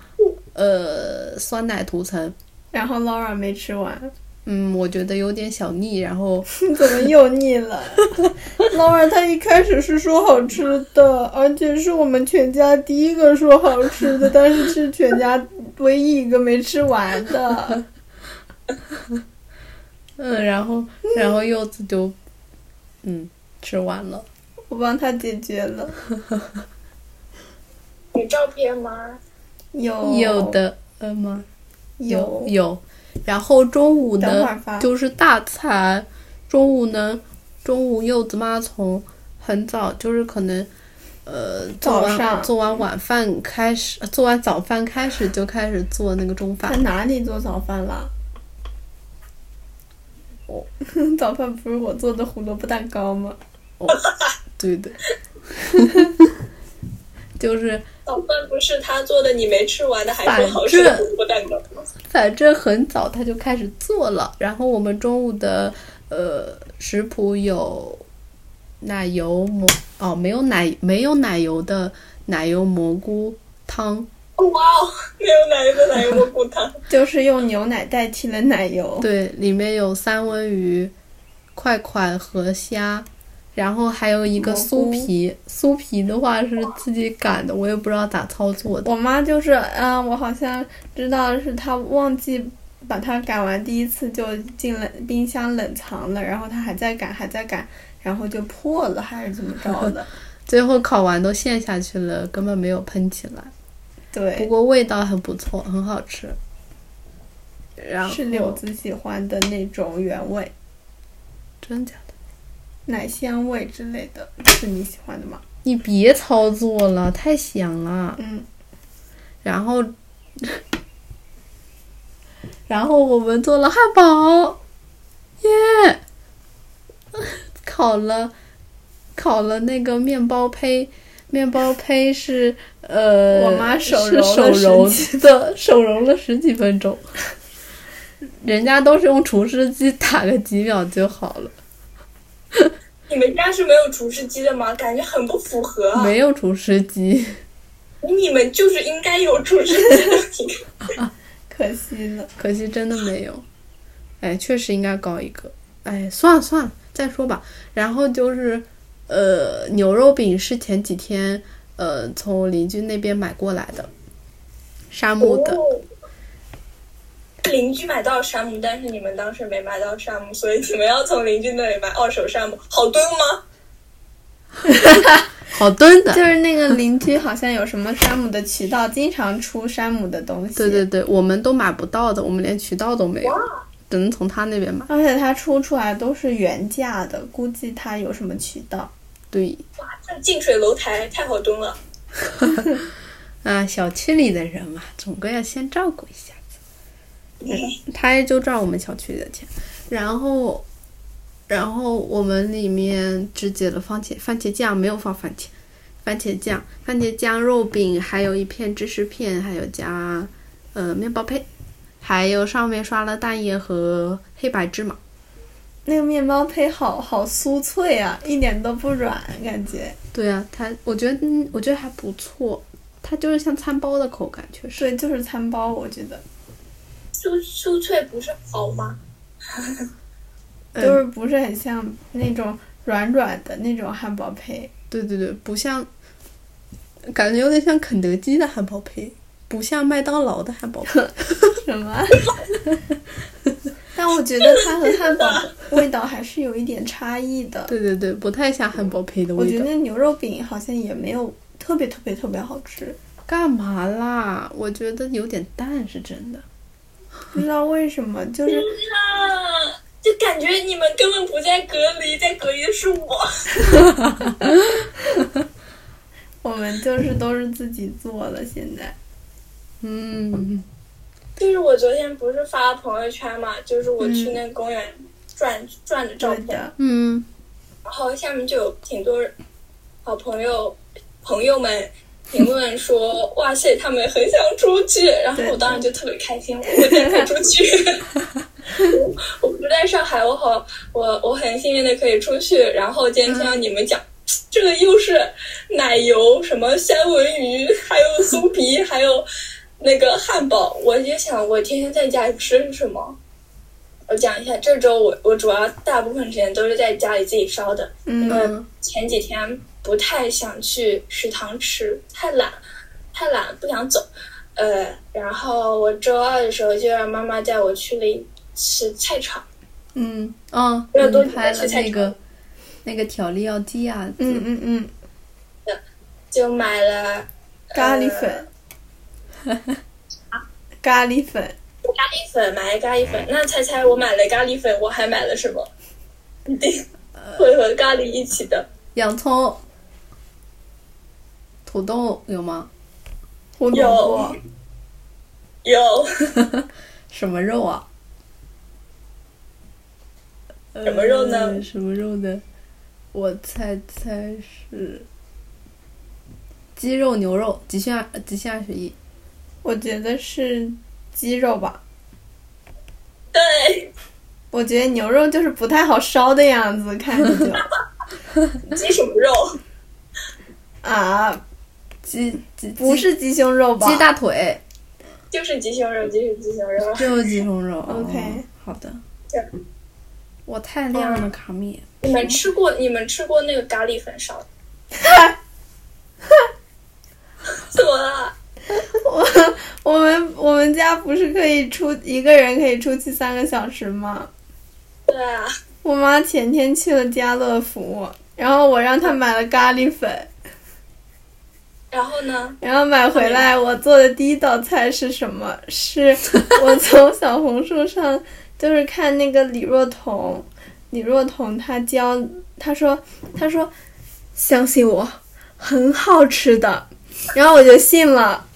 S1: 呃酸奶涂层。
S2: 然后 Laura 没吃完，
S1: 嗯，我觉得有点小腻，然后
S2: 你 *laughs* 怎么又腻了？Laura 她一开始是说好吃的，而且是我们全家第一个说好吃的，但是是全家唯一一个没吃完的。
S1: 嗯，然后然后柚子就嗯吃完了。
S2: 我帮她解决了，
S3: 有照片吗？
S2: 有
S1: 有的，呃吗？
S2: 有
S1: 哦有，然后中午
S2: 等会儿
S1: 呢
S2: 发
S1: 就是大餐，中午呢，中午柚子妈从很早就是可能，呃，做
S2: 早
S1: 完
S2: 上
S1: 做完晚饭开始，呃做完早饭开始就开始做那个中
S2: 在 *laughs*
S1: 饭，
S2: 哪里做早饭啦？
S1: 我
S2: *laughs* 早饭不是我做的胡萝卜蛋糕吗？
S1: 对的， *laughs* 就是
S3: 早饭不是他做的，你没吃完的，还说好
S1: 反
S3: 吃的
S1: 正
S3: 胡萝卜蛋糕吗？
S1: 反正很早他就开始做了。然后我们中午的呃食谱有奶油蘑哦，没有奶没有奶油的奶油蘑菇汤，
S3: 哦哇哦，没有奶油的奶油蘑菇汤，
S2: 就是用牛奶代替了奶油。
S1: 对，里面有三文鱼、块块和虾，然后还有一个酥皮。酥皮的话是自己擀的，我也不知道咋操作的。
S2: 我妈就是，嗯、我好像知道是她忘记把它擀完，第一次就进冷冰箱冷藏了，然后她还在擀，还在擀，然后就破了还是怎么着
S1: *laughs*
S2: 的？
S1: 最后烤完都陷下去了，根本没有喷起来。不
S2: 对，
S1: 过味道很不错，很好吃。然后
S2: 是柳子喜欢的那种原味、
S1: 真假的？
S2: 奶香味之类的，是你喜欢的吗？
S1: 你别操作了，太香了。
S2: 嗯，
S1: 然后， *laughs* 然后我们做了汉堡，耶、 *laughs* 烤了，烤了那个面包胚，面包胚是呃，
S2: 我妈手
S1: 是
S2: 揉
S1: 手
S2: 了
S1: 揉
S2: 十
S1: 的，手揉了十几分钟，人家都是用厨师机打个几秒就好了。
S3: 你们家是没有厨师机的吗？感觉很不符合啊！
S1: 没有厨师机，
S3: 你们就是应该有厨师
S1: *laughs*
S3: 机的。
S2: 可惜了。
S1: 可惜真的没有。哎，确实应该搞一个。哎，算了算了，再说吧。然后就是，呃，牛肉饼是前几天呃从邻居那边买过来的，沙姆的。
S3: 哦邻居买到山姆，但是你们当时没买到山姆，所以你们要从邻居那里买二手山姆，好蹲吗？
S1: 好炖的
S2: 就。是那个邻居好像有什么山姆的渠道，经常出山姆的东西。
S1: 对对对，我们都买不到的，我们连渠道都没有，只能从他那边买。
S2: 而且它出出来都是原价的，估计它有什么渠道。
S1: 对，
S3: 哇，这近水楼台太好蹲了。
S1: *laughs* 啊，小区里的人嘛，总归要先照顾一下子。嗯他也就赚我们小区的钱，然后，然后我们里面只挤了番茄番茄酱，没有放番茄，番茄酱、番茄酱肉饼，还有一片芝士片，还有加呃面包胚，还有上面刷了蛋液和黑白芝麻。
S2: 那个面包胚好好酥脆啊，一点都不软，感觉。
S1: 对啊，它我觉得嗯，我觉得还不错，它就是像餐包的口感，确实。
S2: 对，就是餐包，我觉得
S3: 酥酥脆不是好吗？
S1: 嗯
S2: 就是不是很像那种软软的那种汉堡胚。
S1: 对对对，不像，感觉有点像肯德基的汉堡胚，不像麦当劳的汉堡
S2: *laughs*
S1: 胚。
S2: 什么？ *laughs* 但我觉得它和汉堡味道还是有一点差异的。
S1: 对对对，不太像汉堡胚的
S2: 我
S1: 味
S2: 觉
S1: 道。
S2: 得牛肉饼好像也没有特别特别特别好吃，
S1: 干嘛啦？我觉得有点淡是真的。
S2: 不知道为什么，就是
S3: 啊，就感觉你们根本不在隔离，在隔离的是我。
S2: 我们就是都是自己做的，现在
S1: 嗯，
S3: 就是我昨天不是发了朋友圈嘛，就是我去那公园转、转的照
S2: 嗯对
S3: 片，
S2: 的，
S1: 嗯，
S3: 然后下面就有挺多人好朋友朋友们评论说：“哇塞，他们很想出去。”然后我当时就特别开心，我也可以出去。我不在上海，我好，我我很幸运的可以出去。然后今天听到你们讲，这个又是奶油，什么三文鱼，还有酥皮，还有那个汉堡，我就想，我天天在家里吃什么？我讲一下，这周我我主要大部分时间都是在家里自己烧的，
S2: 嗯，
S3: 前几天不太想去食堂吃，太懒，太懒不想走。呃，然后我周二的时候就让妈妈带我去了一次菜场，
S1: 嗯，哦，
S3: 要多
S1: 你拍了那个那个调料机啊，
S2: 嗯嗯嗯，
S3: 就买了
S2: 咖喱粉，咖喱粉，
S3: 咖喱粉，买了咖喱
S1: 嗯
S3: 粉。那猜猜我买了咖喱粉，我还买了什么？
S1: 嗯
S3: 一定 *laughs* 会和咖喱一起的
S1: 洋葱、土豆有吗？
S2: 胡萝卜，
S3: 有
S1: 什么肉啊？
S3: 什么肉呢
S1: 呃什么肉呢？我猜猜是鸡肉、牛肉，极限二极限二选一。
S2: 我觉得是鸡肉吧，
S3: 对，
S2: 我觉得牛肉就是不太好烧的样子，看着就
S3: 鸡什么肉？
S2: 啊，
S1: 鸡鸡
S2: 不
S1: 鸡
S2: 是鸡胸肉吧？
S1: 鸡大腿，
S3: 就是鸡胸肉，就是鸡胸肉。
S1: 就是鸡胸肉。
S2: OK
S1: 哦好的
S3: 是。
S1: 我太亮了，卡米。
S3: 你们吃过你们吃过那个咖喱粉 *laughs* 烧的？怎么了？
S2: 我我们我们家不是可以出一个人可以出去三个小时吗？
S3: 对啊，
S2: 我妈前天去了家乐福，然后我让她买了咖喱粉，
S3: 然后呢？
S2: 然后买回来我做的第一道菜是什么？是我从小红书上就是看那个李若彤，李若彤她教她说她说相信我，很好吃的，然后我就信了。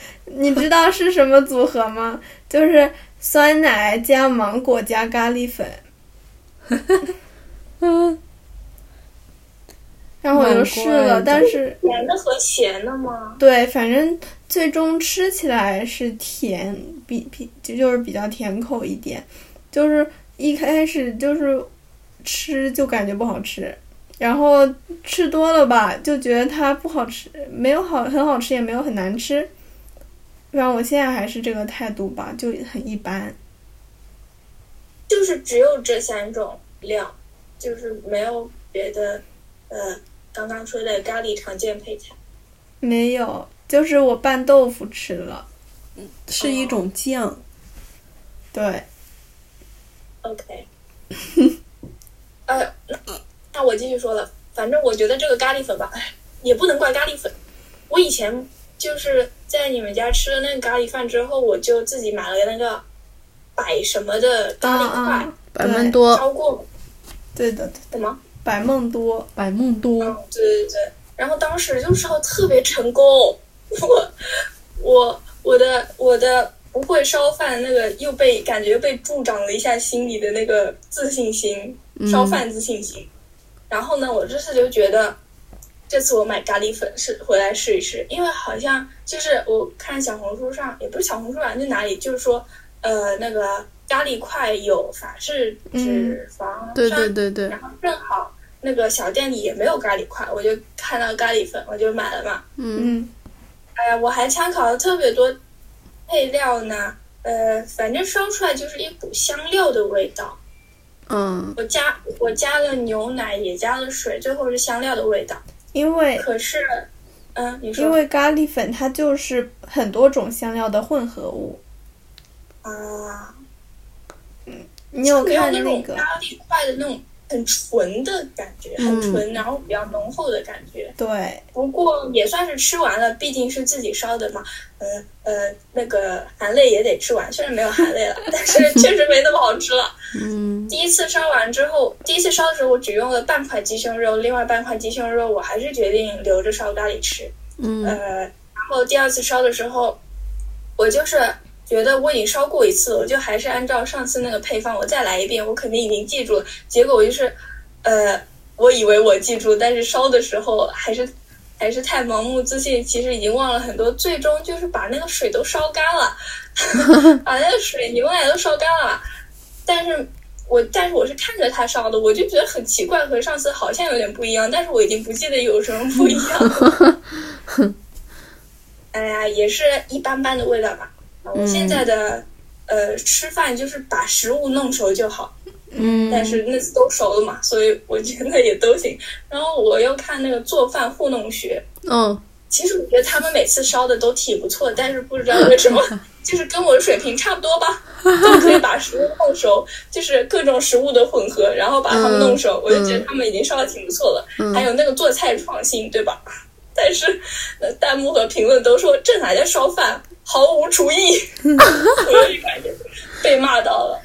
S2: *laughs* 你知道是什么组合吗？就是酸奶加芒果加咖喱粉。
S1: 嗯，
S2: 然后我就试
S1: 难怪
S2: 了，但是
S3: 甜的和咸的吗？
S2: 对，反正最终吃起来是甜，比比就就是比较甜口一点，就是一开始就是吃就感觉不好吃，然后吃多了吧，就觉得它不好吃，没有好很好吃，也没有很难吃。反正我现在还是这个态度吧，就很一般。
S3: 就是只有这三种料，就是没有别的。呃，刚刚说的咖喱常见配菜，
S2: 没有，就是我拌豆腐吃了，
S1: 是一种酱。
S2: 对，
S3: OK，呃，那那我继续说了，反正我觉得这个咖喱粉吧，哎，也不能怪咖喱粉。我以前就是在你们家吃了那个咖喱饭之后，我就自己买了那个百什么的咖喱
S2: 啊
S3: 块
S2: 啊，，
S1: 百梦多，
S3: 超过
S2: 对的，
S3: 什么？
S2: 百梦多，
S1: 百梦多，
S3: 嗯，对对对。然后当时就烧特别成功，我我我的我的不会烧饭那个又被感觉被助长了一下心里的那个
S1: 嗯
S3: 自信心，烧饭自信心。然后呢，我这次就觉得这次我买咖喱粉是回来试一试，因为好像就是我看小红书上，也不是小红书啊吧，就哪里就是说，呃，那个咖喱块有法式脂肪酸，
S1: 嗯对对对对，
S3: 然后正好那个小店里也没有咖喱块，我就看到咖喱粉，我就买了嘛。
S1: 嗯，
S2: 嗯，
S3: 哎呀，我还参考了特别多配料呢，呃，反正烧出来就是一股香料的味道。
S1: 嗯，
S3: 我加我加了牛奶，也加了水，最后是香料的味道。
S2: 因为
S3: 可是，嗯，你说
S2: 因为咖喱粉它就是很多种香料的混合物。
S3: 啊，
S2: 你有
S3: 没有
S2: 看
S3: 那种
S2: 那个？
S3: 咖喱块的那种很纯的感觉，
S2: 嗯
S3: 很纯，然后比较浓厚的感觉。
S2: 对，
S3: 不过也算是吃完了，毕竟是自己烧的嘛。呃呃，那个含泪也得吃完，虽然没有含泪了，但是确实没那么好吃了。
S1: 嗯，
S3: 第一次烧完之后，第一次烧的时候我只用了半块鸡胸肉，另外半块鸡胸肉我还是决定留着烧咖喱吃。
S1: 嗯，
S3: 呃，然后第二次烧的时候，我就是觉得我已经烧过一次了，我就还是按照上次那个配方，我再来一遍，我肯定已经记住了。结果我就是，呃，我以为我记住，但是烧的时候还是还是太盲目自信，其实已经忘了很多。最终就是把那个水都烧干了， *laughs* 把那个水牛奶都烧干了。但是我但是我是看着它烧的，我就觉得很奇怪，和上次好像有点不一样，但是我已经不记得有什么不一样了。哎呀，也是一般般的味道吧。啊我现在的、呃吃饭就是把食物弄熟就好，
S1: 嗯，
S3: 但是那次都熟了嘛，所以我觉得也都行。然后我又看那个做饭糊弄学，
S2: 哦
S1: 嗯，
S3: 其实我觉得他们每次烧的都挺不错，但是不知道为
S2: *laughs*
S3: 什么，就是跟我的水平差不多吧，就可以把食物弄熟，就是各种食物的混合，然后把它们弄熟。我就觉得他们已经烧的挺不错了。
S1: 嗯
S3: 还有那个做菜创新，对吧？ *laughs* 但是呃弹幕和评论都说这哪叫烧饭，毫无厨艺， *laughs* 我就感觉被骂到了。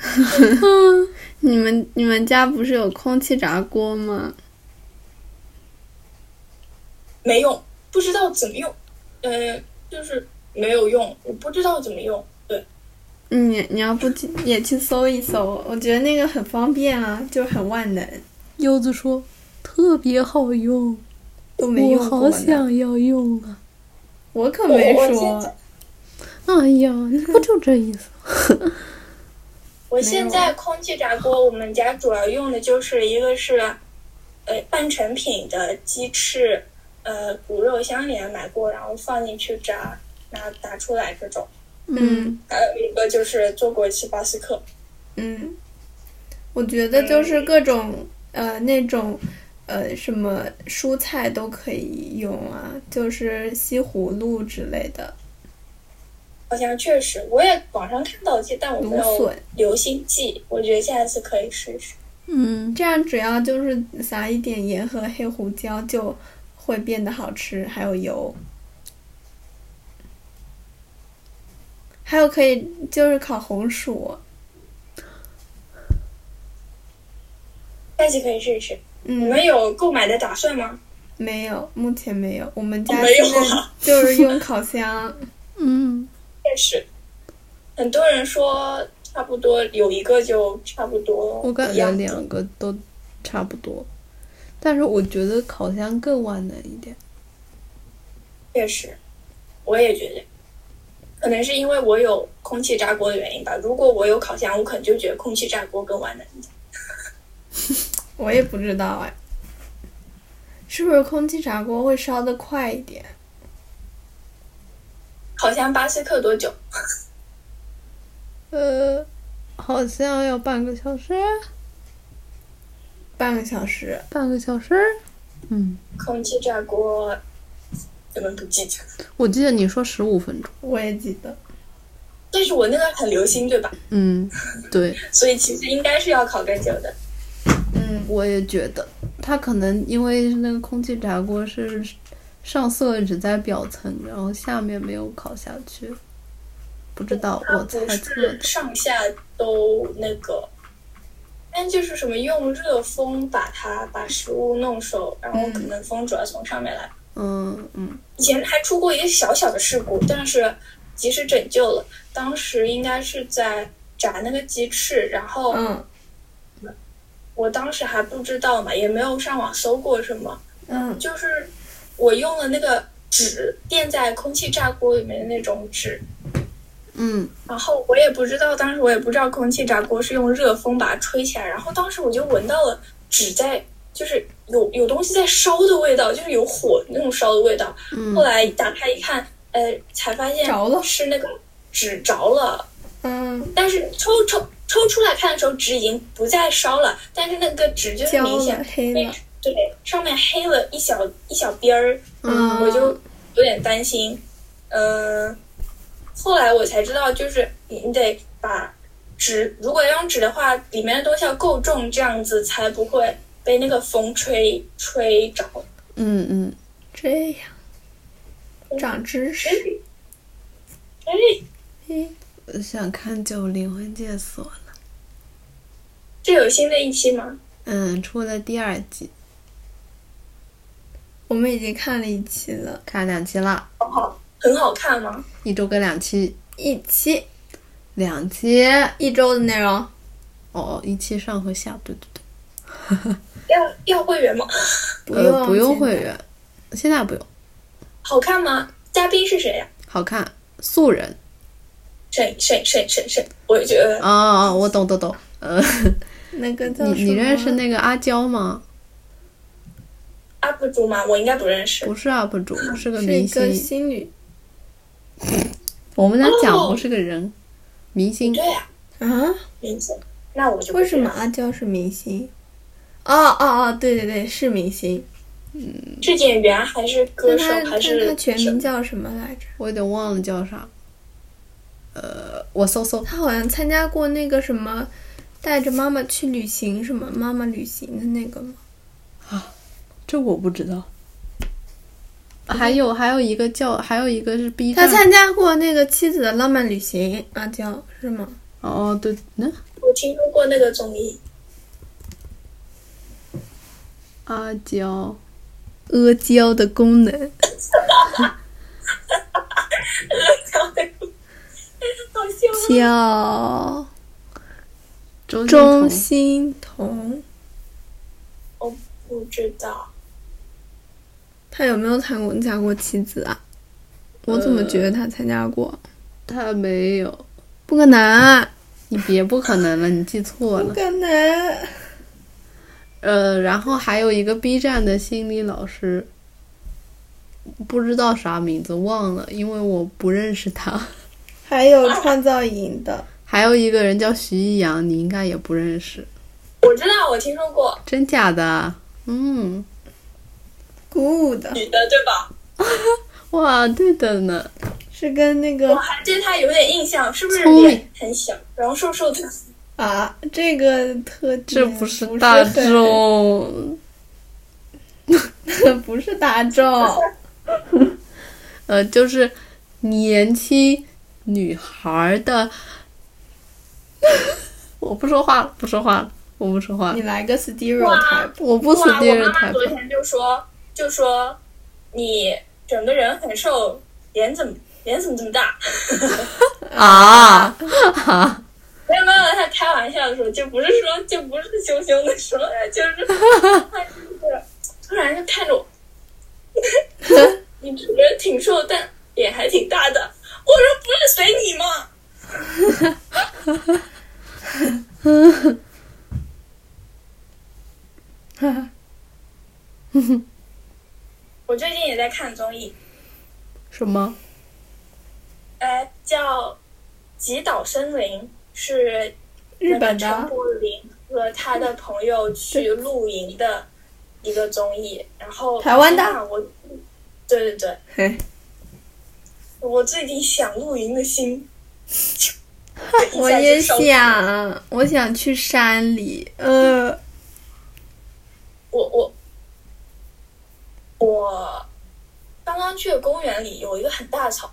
S2: 你们你们家不是有空气炸锅吗？
S3: 没用，不知道怎么用，呃，就是没有用，我不知道怎么用。对，
S2: 你你要不也去搜一搜？我觉得那个很方便啊，就很万能，
S1: 柚子说特别好用，
S2: 都没
S1: 我
S2: 用过
S1: 好
S2: 呢。
S1: 想要用啊。
S2: 我可没
S3: 我我现
S2: 说
S3: 在，
S1: 哎呀，你不就这意思？
S3: 我现
S2: 啊
S3: 在空气炸锅，我们家主要用的就是一个是，呃，半成品的鸡翅，呃，骨肉相连买过，然后放进去炸，拿拿出来这种。
S2: 嗯
S3: 还有一个就是做过七巴斯克，
S2: 嗯，我觉得就是各种呃那种呃什么蔬菜都可以用啊，就是西葫芦之类的，
S3: 好像确实我也网上看到一些，但我
S2: 芦
S3: 没有
S2: 笋
S3: 留心记。我觉得下一次可以试一试。
S1: 嗯
S2: 这样只要就是撒一点盐和黑胡椒就会变得好吃，还有油。还有可以就是烤红薯，
S3: 下次可以试一试。你
S2: 嗯，
S3: 们有购买的打算吗？
S2: 没有，目前没有，我们家
S3: 没有
S2: 现在
S3: 啊
S2: 就是用烤箱，
S1: 嗯
S3: 确实，很多人说差不多有一个就差不多。
S1: 我感觉两个都差不多， *laughs* 但是我觉得烤箱更万能一点。
S3: 确实，我也觉得，可能是因为我有空气炸锅的原因吧。如果我有烤箱，我可能就觉得空气炸锅更完能一点。
S2: 我也不知道哎，是不是空气炸锅会烧的快一点？
S3: 烤箱巴斯克多久？
S1: 呃，好像要半个小时，
S2: 半个小时，
S1: 半个小时。嗯，
S3: 空气炸锅怎么不记得？
S1: 我记得你说十五分钟。
S2: 我也记得，
S3: 但是我那个很流心，对吧？
S1: 嗯，对，
S3: 所以其实应该是要烤更久的。
S2: 嗯，
S1: 我也觉得它可能因为那个空气炸锅是上色只在表层，然后下面没有烤下去。不知道，
S3: 它
S1: 我
S3: 不
S1: 猜测
S3: 是
S1: 的。
S3: 上下都那个，但就是什么用热风把它把食物弄熟，然后可能风主要从上面来。
S1: 嗯嗯
S3: 以前还出过一个小小的事故，但是及时拯救了。当时应该是在炸那个鸡翅，然后
S2: 嗯
S3: 我当时还不知道嘛，也没有上网搜过什么，
S2: 嗯
S3: 就是我用了那个纸垫在空气炸锅里面的那种纸，
S1: 嗯，
S3: 然后我也不知道，当时我也不知道空气炸锅是用热风把它吹起来，然后当时我就闻到了纸在，就是有有东西在烧的味道，就是有火那种烧的味道。后来打开一看，呃，才发现
S2: 着了
S3: 是那个纸着了，
S2: 嗯，
S3: 但是抽抽抽出来看的时候，纸已经不再烧了，但是那个纸就是
S2: 焦
S3: 明
S2: 了
S3: 显
S2: 黑
S3: 被
S2: 了，
S3: 对上面黑了一小一小边儿，
S2: 嗯，
S3: 我就有点担心。嗯、后来我才知道，就是你你得把纸，如果要用纸的话，里面的东西要够重，这样子才不会被那个风吹吹着。
S1: 嗯嗯，
S2: 这样长知识
S3: 哎，哎，
S2: 嗯
S1: 我想看《九灵魂解锁》了，
S3: 这有新的一期吗？
S1: 嗯，出了第二季，
S2: 我们已经看了一期了，
S1: 看两期了，
S3: 好好，很好看吗？
S1: 一周更两期，
S2: 一期
S1: 两期
S2: 一周的内容，
S1: 哦，一期上和下，对对对，
S3: 要要会员吗？
S2: 不
S1: 呃
S2: 用
S1: 不用
S2: 现在
S1: 会员，现在不用，
S3: 好看吗？嘉宾是谁呀、
S1: 好看，素人。
S3: 沈沈沈沈沈，我觉得呃
S1: 哦哦，我懂懂懂。呃，
S2: 那个叫
S1: 你你
S2: 什么
S1: 认识那个阿娇吗？
S3: UP 主吗？我应该不认识。
S1: 不是 UP 主，啊是个
S2: 是一
S1: 明
S2: 个
S1: 星。
S2: 新女，
S1: 我们俩讲
S3: 哦
S1: 不是个人，明星
S3: 对。呀、
S2: 啊？
S3: 明星。那我就不
S2: 为什
S3: 知
S2: 么
S3: 道
S2: 阿娇是明星？哦哦哦，对对对，是明星。
S3: 是演员还是歌
S2: 但
S3: 手
S2: 他
S3: 还
S2: 但
S3: 是
S2: 他全
S3: 什么
S2: 名叫什么来着？
S1: 我有点忘了叫啥。呃，我搜搜。
S2: 他好像参加过那个什么，带着妈妈去旅行什么妈妈旅行的那个吗？
S1: 这我不知道。还有还有一个叫，还有一个是 B
S2: 他
S1: 站。
S2: 参加过那个《妻子的浪漫旅行》，啊阿娇是吗？
S1: 哦哦对，嗯，
S3: 我听说过那个综艺，
S1: 阿娇，
S2: 阿娇的功能，
S3: 好笑
S2: 叫
S3: 啊。
S1: 周
S2: 钟
S1: 欣
S2: 欣桐。
S3: 我不知道，
S2: 他有没有参过加过妻子啊？我怎么觉得他参加过？
S1: 彤她没有，
S2: 不可能，
S1: 你别不可能了，你记错了。
S2: 可能。
S1: 呃，然后还有一个 B 站的心理老师，不知道啥名字忘了，因为我不认识他。
S2: 还有创造营的，
S1: 还有一个人叫徐艺洋，你应该也不认识，
S3: 我知道，我听说过
S1: 真假的？嗯，
S2: 鼓舞的，
S3: 女的对吧？
S1: 哇，对的呢，
S2: 是跟那
S3: 我
S2: 个
S3: 还对她有点印象，是不是
S1: 聪明
S3: 脸很小，然后瘦瘦的？
S2: 啊，这个特点
S1: 这不是大众。
S2: 众， *laughs* 不是大众，
S1: 呃，就是年轻女孩儿的， *laughs* 我不说话了，不说话了，我不说话了
S2: 你，来个 stereotype，
S1: 我不
S3: 哇，
S1: 死
S3: 我
S1: 第二
S3: 妈妈
S1: 台吧
S3: 昨天就说，就说你整个人很瘦，脸怎么脸怎么这么大？
S1: 啊啊！
S3: 没有没有，她开玩笑的说，就不是说 *laughs* 就不是羞羞的说，哎就是她就是突然就看着我， *laughs* 你整个人挺瘦，但脸还挺大的。我说不是随你吗？ *laughs* 我最近也在看综艺，
S1: 什么？
S3: 呃，叫《极岛森林》，是
S2: 日本
S3: 那个陈
S2: 的，
S3: 柏霖和他的朋友去露营的一个综艺，然后
S2: 台湾的
S3: 天哪我，对对对，
S2: 嘿，
S3: 我最近想露营
S2: *laughs*
S3: 的心，
S2: 我也
S3: 一下就烧
S2: 想，我想去山里，
S1: *laughs*
S2: 呃，
S3: 我我我刚刚去的公园里有一个很大的草，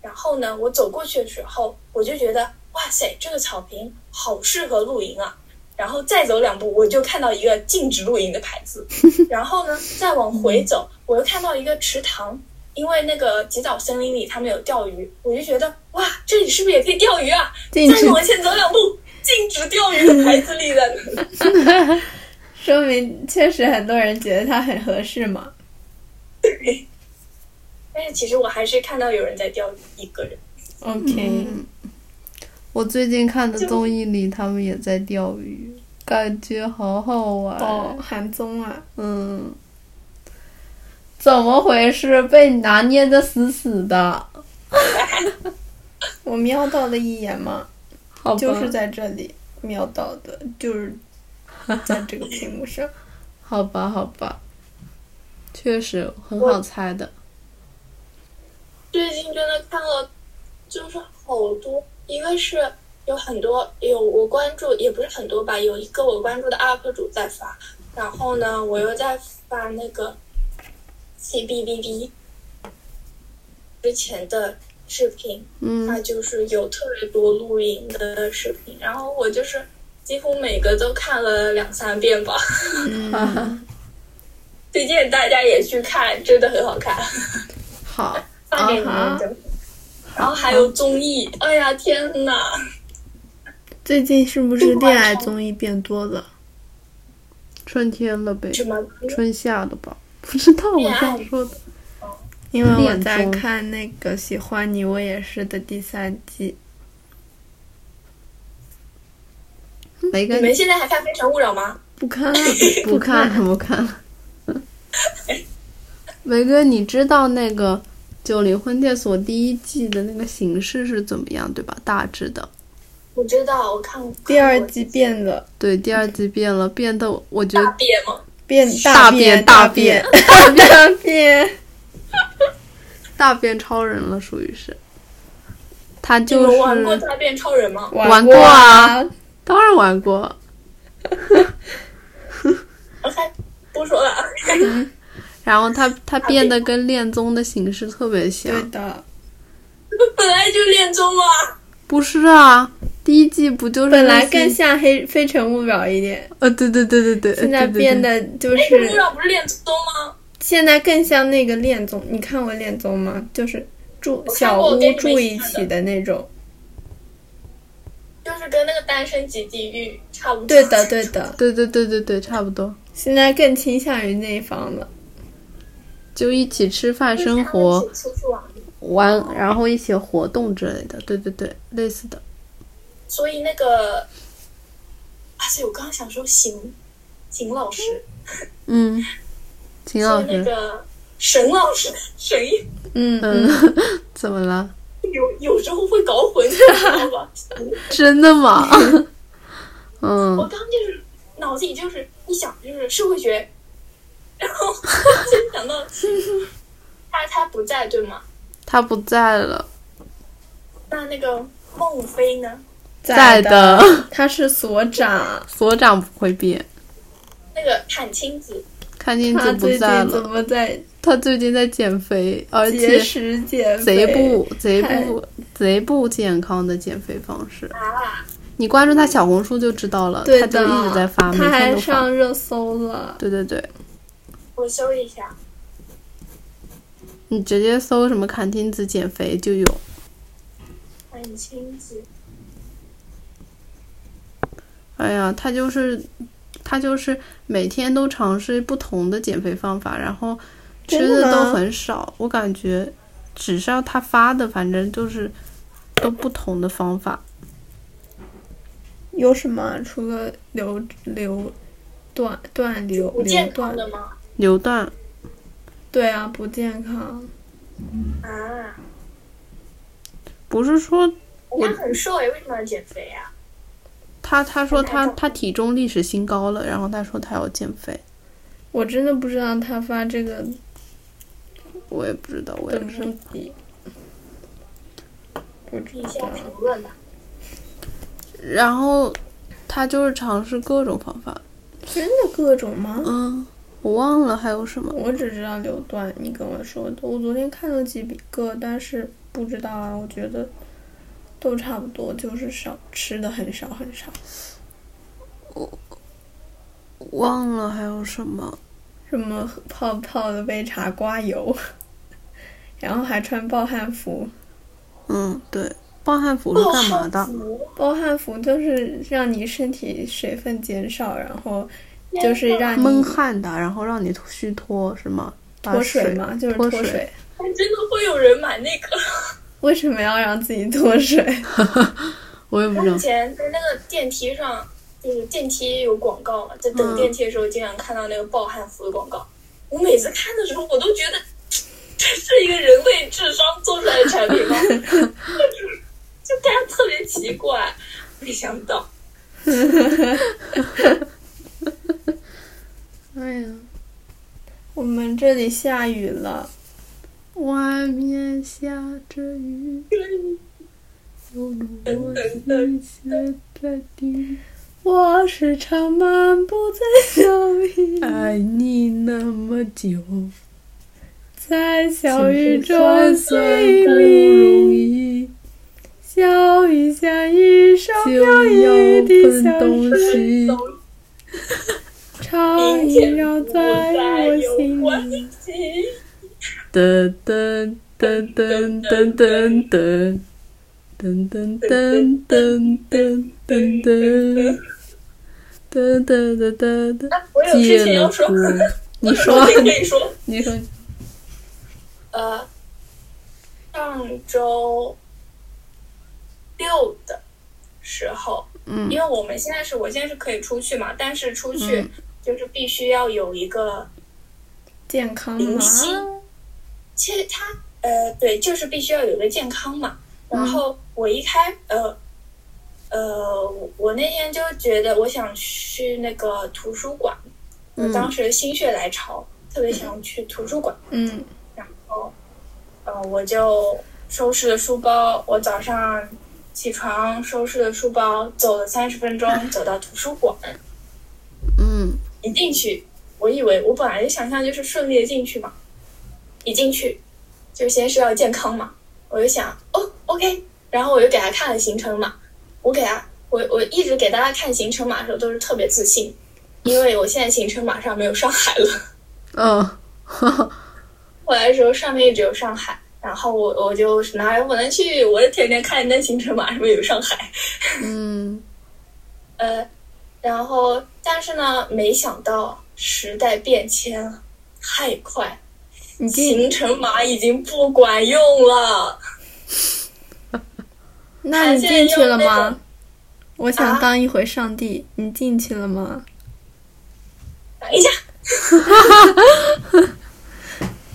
S3: 然后呢，我走过去的时候，我就觉得哇塞，这个草坪好适合露营啊。然后再走两步，我就看到一个禁止露营的牌
S2: *laughs*
S3: 子。然后呢，再往
S2: 嗯
S3: 回走，我又看到一个池塘，因为那个吉岛森林里他们有钓鱼，我就觉得哇，这里是不是也可以钓鱼啊？
S2: 禁止
S3: 再往前走两步，禁止钓鱼的牌子立在那里。
S2: 说明确实很多人觉得它很合适嘛，
S3: 对。但是其实我还是看到有人在钓鱼，一个人。
S2: OK，、
S1: 嗯我最近看的综艺里，他们也在钓鱼，感觉好好玩。
S2: 哦，韩综啊，
S1: 嗯，怎么回事？被拿捏的死死的，
S2: 我瞄到了一眼嘛，
S1: 好吧？
S2: 就是在这里瞄到的，
S1: *laughs*
S2: 就是在这个屏幕上。
S1: 好吧，好吧，确实很好猜的。
S3: 最近真的看了，就是好多，一个是有很多有我关注，也不是很多吧，有一个我关注的 UP 主在发，然后呢，我又在发那个 C B B B 之前的视频，它
S1: 嗯，
S3: 就是有特别多露营的视频，然后我就是几乎每个都看了两三遍吧， *laughs* 推荐大家也去看，真的很好看。
S1: 好，
S3: 发给你
S2: 啊
S3: 们的。然后还有综艺，哎呀天呐，
S2: 最近是不是恋爱综艺变多了？
S1: 春天了呗，
S3: 什么
S1: 春夏了吧？不知道我
S3: 恋爱
S1: 想说的。
S2: 因为我
S1: 恋
S2: 在
S1: 综
S2: 看那个《喜欢你我也是》的第三季，
S1: 没
S3: 你
S1: 跟
S3: 们现在还看《非诚勿扰》吗？
S2: 不看
S1: *laughs* 不看了，不看 *laughs* 了。梅根，你知道那个《九零婚介所》第一季的那个形式是怎么样，对吧？大致的。
S3: 我知道，我看过
S2: 第二季变了，
S1: 对，第二季变了，变得我觉
S3: 大
S1: 得
S3: 变吗？
S2: 变
S1: 大
S2: 变
S1: 变
S2: 大
S1: 大
S2: 变
S1: 变
S2: 大
S1: *laughs*
S2: 变变，
S1: 大变超人了，属于是。他
S3: 你
S1: 就
S3: 们玩过
S1: 是
S3: 大变超人吗？
S1: 玩过啊， *laughs* 当然玩过，
S3: 我看不说了。 *laughs*
S1: 然后他他变得跟恋综的形式特别像
S2: 对。的，
S3: 本来就恋综啊，
S1: 不是啊，第一季不就是
S2: 本来
S1: 那些
S2: 更像黑《非诚勿扰》一点，
S1: 呃对对对对对，
S2: 现在
S1: 对对对
S2: 变
S1: *laughs*
S2: 得就
S3: 《非诚勿
S2: 是
S3: 扰》不是恋综吗？
S2: 现在更像那个恋综。你看过恋综吗？就是住
S3: 我看
S2: 小
S3: 过我
S2: 屋
S3: 跟你们
S2: 住
S3: 一
S2: 一
S3: 起看
S2: 起的那种。
S3: 就是跟那个《单身即地狱》差不多。
S2: 对的，对
S1: *laughs*
S2: 的，
S1: 对对对对对，差不多，
S2: 现在更倾向于那一方了。
S1: 就一起吃饭、生活、
S3: 一起出去玩。
S1: 玩，然后一起活动之类的，对对对，类似的。
S3: 所以那个，而且我刚刚想说邢邢老师，
S1: 嗯，秦
S3: 所
S1: 老
S3: 以那
S1: 师，
S3: 个沈老师，沈一
S2: 嗯
S1: 嗯
S2: 嗯，，
S1: *laughs* 怎么了？
S3: 有有时候会搞混，你知道吧？
S1: 真的吗？
S3: *laughs*
S1: *laughs*
S3: 我
S1: 嗯，
S3: 刚就是脑子里就是一想就是社会学，然后先想到他他不在对吗？
S1: 他不在了，
S3: 那那个孟非呢？
S1: 在
S2: 的
S1: 的， *laughs*
S2: 他是所长，
S1: 所长不会变，
S3: 那个阚清子，
S1: 看镜
S2: 他
S1: 子不
S2: 最
S1: 在
S2: 近怎
S1: 了，
S2: 么在
S1: 他最近在减肥，而
S2: 节
S1: 且
S2: 食减肥？
S1: 贼不贼不贼不健康的减肥方式。
S3: 啊，你
S1: 你关注他小红书就知道了，
S2: 对
S1: 他就
S2: 的，
S1: 一直在发，每
S2: 他
S1: 天
S2: 还
S1: 都发
S2: 上。热搜了。
S1: 对对对，
S3: 我搜一下，
S1: 你直接搜什么阚清子减肥就有。
S3: 阚清子，
S1: 哎呀，他就是他就是每天都尝试不同的减肥方法，然后吃
S2: 真的
S1: 的
S2: 吗
S1: 都很少。我感觉只是要他发的，反正就是都不同的方法。
S2: 有什么啊？除了流流断断流
S3: 不
S2: 流
S3: 健康
S2: 断，
S3: 的吗？
S1: 牛段
S2: 对啊，不健康。
S3: 啊，
S1: 不是说
S3: 他很瘦哎，为什么要减肥呀、
S1: 他他说他
S3: 太重
S1: 他体重历史新高了，然后他说他要减肥，
S2: 我真的不知道他发这个
S1: 我也不知道，我也
S2: 的
S1: 不知道
S2: 目的。不知
S3: 一下
S2: 道，
S3: 评论啊吧。
S1: 然后他就是尝试各种方法，
S2: 真的各种吗？
S1: 嗯，我忘了还有什么。
S2: 我只知道留段，你跟我说的。我昨天看了几个，但是不知道啊。我觉得都差不多，就是少吃的很少很少。
S1: 忘了还有什么？
S2: 什么喝泡泡的杯茶刮油， *laughs* 然后还穿暴汗服。
S1: 嗯，对，暴汗服是干嘛
S3: 哦
S2: 哦
S1: 的？
S2: 暴汗服就是让你身体水分减少，然后就是让你
S1: 闷汗的，然后让你虚脱是吗？
S2: 脱水
S1: 啊水
S2: 吗？就是
S1: 脱
S2: 脱
S1: 水
S2: 水。
S3: 还真的会有人买那个。
S2: 为什么要让自己脱水？ *laughs*
S1: 我也不
S3: 我
S1: 知
S3: 以
S1: 道。
S3: 前在那个电梯上，就是电梯有广告嘛，在
S1: 嗯
S3: 等电梯的时候，经常看到那个暴汗服的广告。我每次看的时候，我都觉得这是一个人类智商做出来的产品吗？ *laughs* 就大家特别奇怪，没想到。
S1: 哎呀，
S2: 我们这里下雨了，
S1: 外面下着雨，有路我一切在滴，
S2: 我时常漫步在小雨，
S1: 爱哎你那么久，
S2: 在小雨中
S1: 虽
S2: 寻
S1: 不容
S2: 觅，
S1: 易，
S2: 小雨像一首飘
S1: 就要
S2: 逸的
S1: 奔
S2: 小
S1: 东
S2: 水，
S1: 西。
S2: 常萦绕在我心里。
S3: *laughs* 里。
S1: 噔噔噔噔噔噔噔噔噔噔噔噔噔噔噔噔噔噔，
S3: 啊我有事情
S1: 借
S3: 要
S1: 了
S3: 说，
S1: 哭。你
S3: 我
S1: 说，
S3: 先跟你说，
S1: 你说，
S3: 呃，上周六的时候，
S1: 嗯
S3: 因为我们现在是我现在是可以出去嘛，但是出去
S1: 嗯
S3: 就是必须要有一个，
S2: 健康
S3: 明
S2: 吗？
S3: 星其实他呃对，就是必须要有一个健康嘛。然
S2: 嗯
S3: 后我一开呃呃，我我那天就觉得我想去那个图书馆，我当时心血来潮，特别想去图书馆。
S2: 嗯，
S3: 呃，我就收拾了书包，我早上起床收拾了书包，走了三十分钟，走到图书馆，
S1: 嗯
S3: 一进去，我以为我本来就想象就是顺利的进去嘛，一进去就先是要健康嘛，我就想哦，OK，然后我就给他看了行程嘛，我给他我我一直给大家看行程码的时候都是特别自信，因为我现在行程码上没有上海了。
S1: 哦，哈哈
S3: 后来的时候上面一直有上海，然后我我就哪儿也不能去，我就天天看那行程码上面有上海，
S1: 嗯
S3: 呃，然后但是呢，没想到时代变迁太快，
S2: 你进
S3: 行程码已经不管用了。
S2: 那你
S3: 他现
S2: 进
S3: 在
S2: 去
S3: 用
S2: 了
S3: 那
S2: 吗
S3: 种？
S2: 我想
S3: 啊
S2: 当一回上帝，你进去了吗？*laughs*
S3: 等 *laughs* 一下，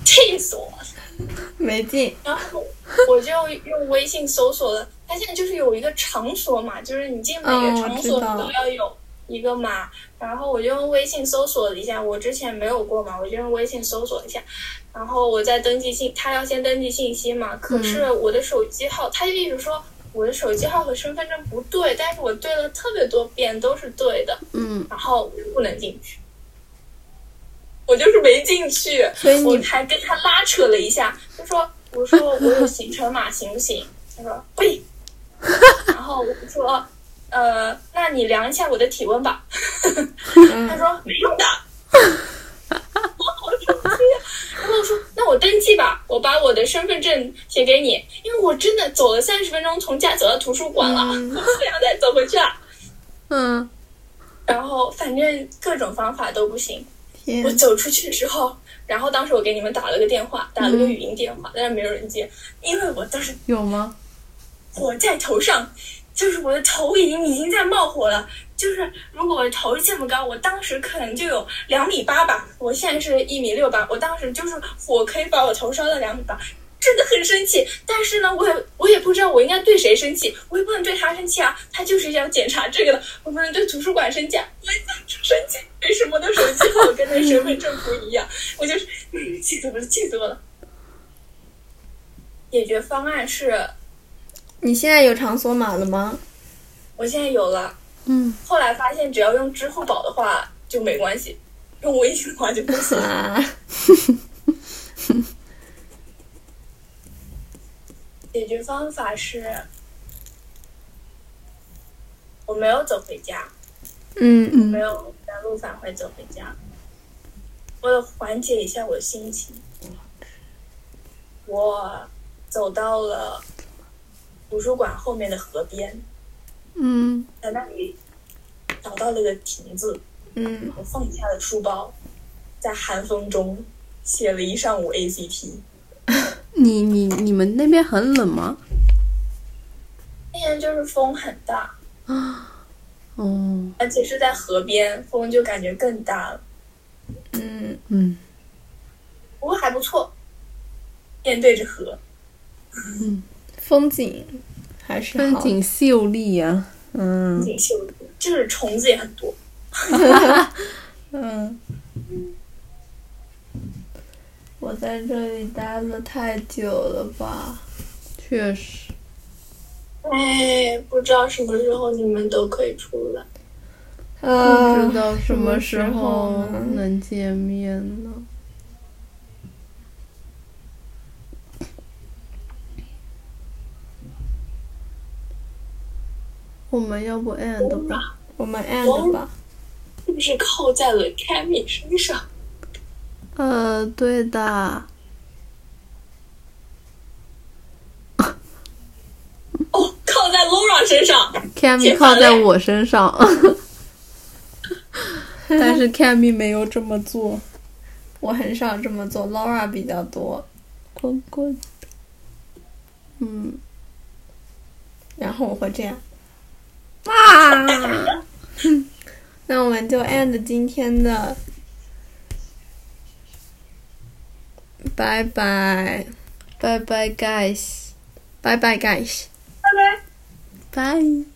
S3: 气死我！了。
S2: 没进。
S3: 然后我就用微信搜索了，它现在就是有一个场所嘛，就是你进每
S2: 嗯
S3: 个
S2: 我
S3: 场
S2: 知
S3: 所
S2: 道
S3: 都要有一个码。然后我就用微信搜索了一下，我之前没有过嘛，我就用微信搜索一下。然后我再登记信，他要先登记信息嘛。可是
S2: 嗯
S3: 我的手机号，他就一直说我的手机号和身份证不对，但是我对了特别多遍都是对的，
S1: 嗯，
S3: 然后我就不能进去。我就是没进去，
S2: 所以
S3: 我
S2: 你
S3: 还跟他拉扯了一下，就说我说
S2: *laughs*
S3: 我有行程码行不行？他说不行。然后我说呃，那你量一下我的体温吧。 *laughs* 他
S2: 嗯，
S3: 说没
S2: *laughs*
S3: 用的。我好生气啊！然后我说那我登记吧，我把我的身份证写给你，因为我真的走了三十分钟，从家走到图书馆了，
S2: 嗯
S3: *laughs* 我不想再走回去了。
S1: 嗯，
S3: 然后反正各种方法都不行，
S2: 天
S3: 我，走出去之后，然后当时我给你们打了个电话，打了个语音电话，但是没有人接，因为我当时
S1: 有吗？
S3: 火在头上，就是我的头已经已经在冒火了。就是如果我的头是这么高，我当时可能就有两米八吧，我现在是一米六八，我当时就是火可以把我头烧到两米八，真的很生气。但是呢，我也我也不知道我应该对谁生气，我也不能对他生气啊，他就是要检查这个的，我不能对图书馆生气、啊，我也不能生气，为什么我的手机号跟那身份证不一样？我就是、嗯、气死我了，气死我了。解决方案是
S2: 你现在有场所码了吗？
S3: 我现在有了。
S1: 嗯，
S3: 后来发现只要用支付宝的话就没关系，用微信的话就不
S2: *laughs*
S3: 行。
S2: 啊，
S3: 解决方法是，我没有走回家，
S2: 嗯，
S3: 没有原路返回走回家。为了缓解一下我的心情，我走到了图书馆后面的河边，
S1: 嗯
S3: 在那里找到了个亭子，
S2: 嗯，
S3: 我放下了书包，在寒风中写了一上午 ACT。
S1: 你你你们那边很冷吗？
S3: 那年就是风很大，
S1: 哦，
S3: 而且是在河边，风就感觉更大了。
S2: 嗯，
S1: 嗯，
S3: 不过还不错，面对着河。
S2: 风景还是
S1: 风
S2: 好
S1: 景秀丽呀、嗯，
S3: 挺秀的，就是虫子也很多。
S2: 嗯，我在这里待了太久了吧？
S1: 确实，
S3: 哎，不知道什么时候你们都可以出来。
S1: 不
S2: 呃，
S1: 知道什么时
S2: 什么
S1: 候
S2: 时候呢
S1: 能见面呢。我们要不 and 吧？
S2: 我们 end 吧。
S3: 是不是扣在了 Cammy 身上？
S1: 呃，对 *laughs* 的。
S3: 哦，扣在 Laura 身上。
S1: Cammy
S3: 解
S1: 靠
S3: 放
S1: 在
S3: 嘞
S1: 我身上， *laughs* 但是 Cammy 没有这么 *laughs* 做。
S2: 我很少这么做，Laura 比较多。
S1: 滚滚。嗯
S2: 然后我会这样。
S3: 嗯 *laughs*
S1: 啊，
S2: 那我们就 end 今天的，拜拜，
S1: 拜拜，guys，
S2: 拜拜，guys。
S3: 拜拜。
S1: 拜。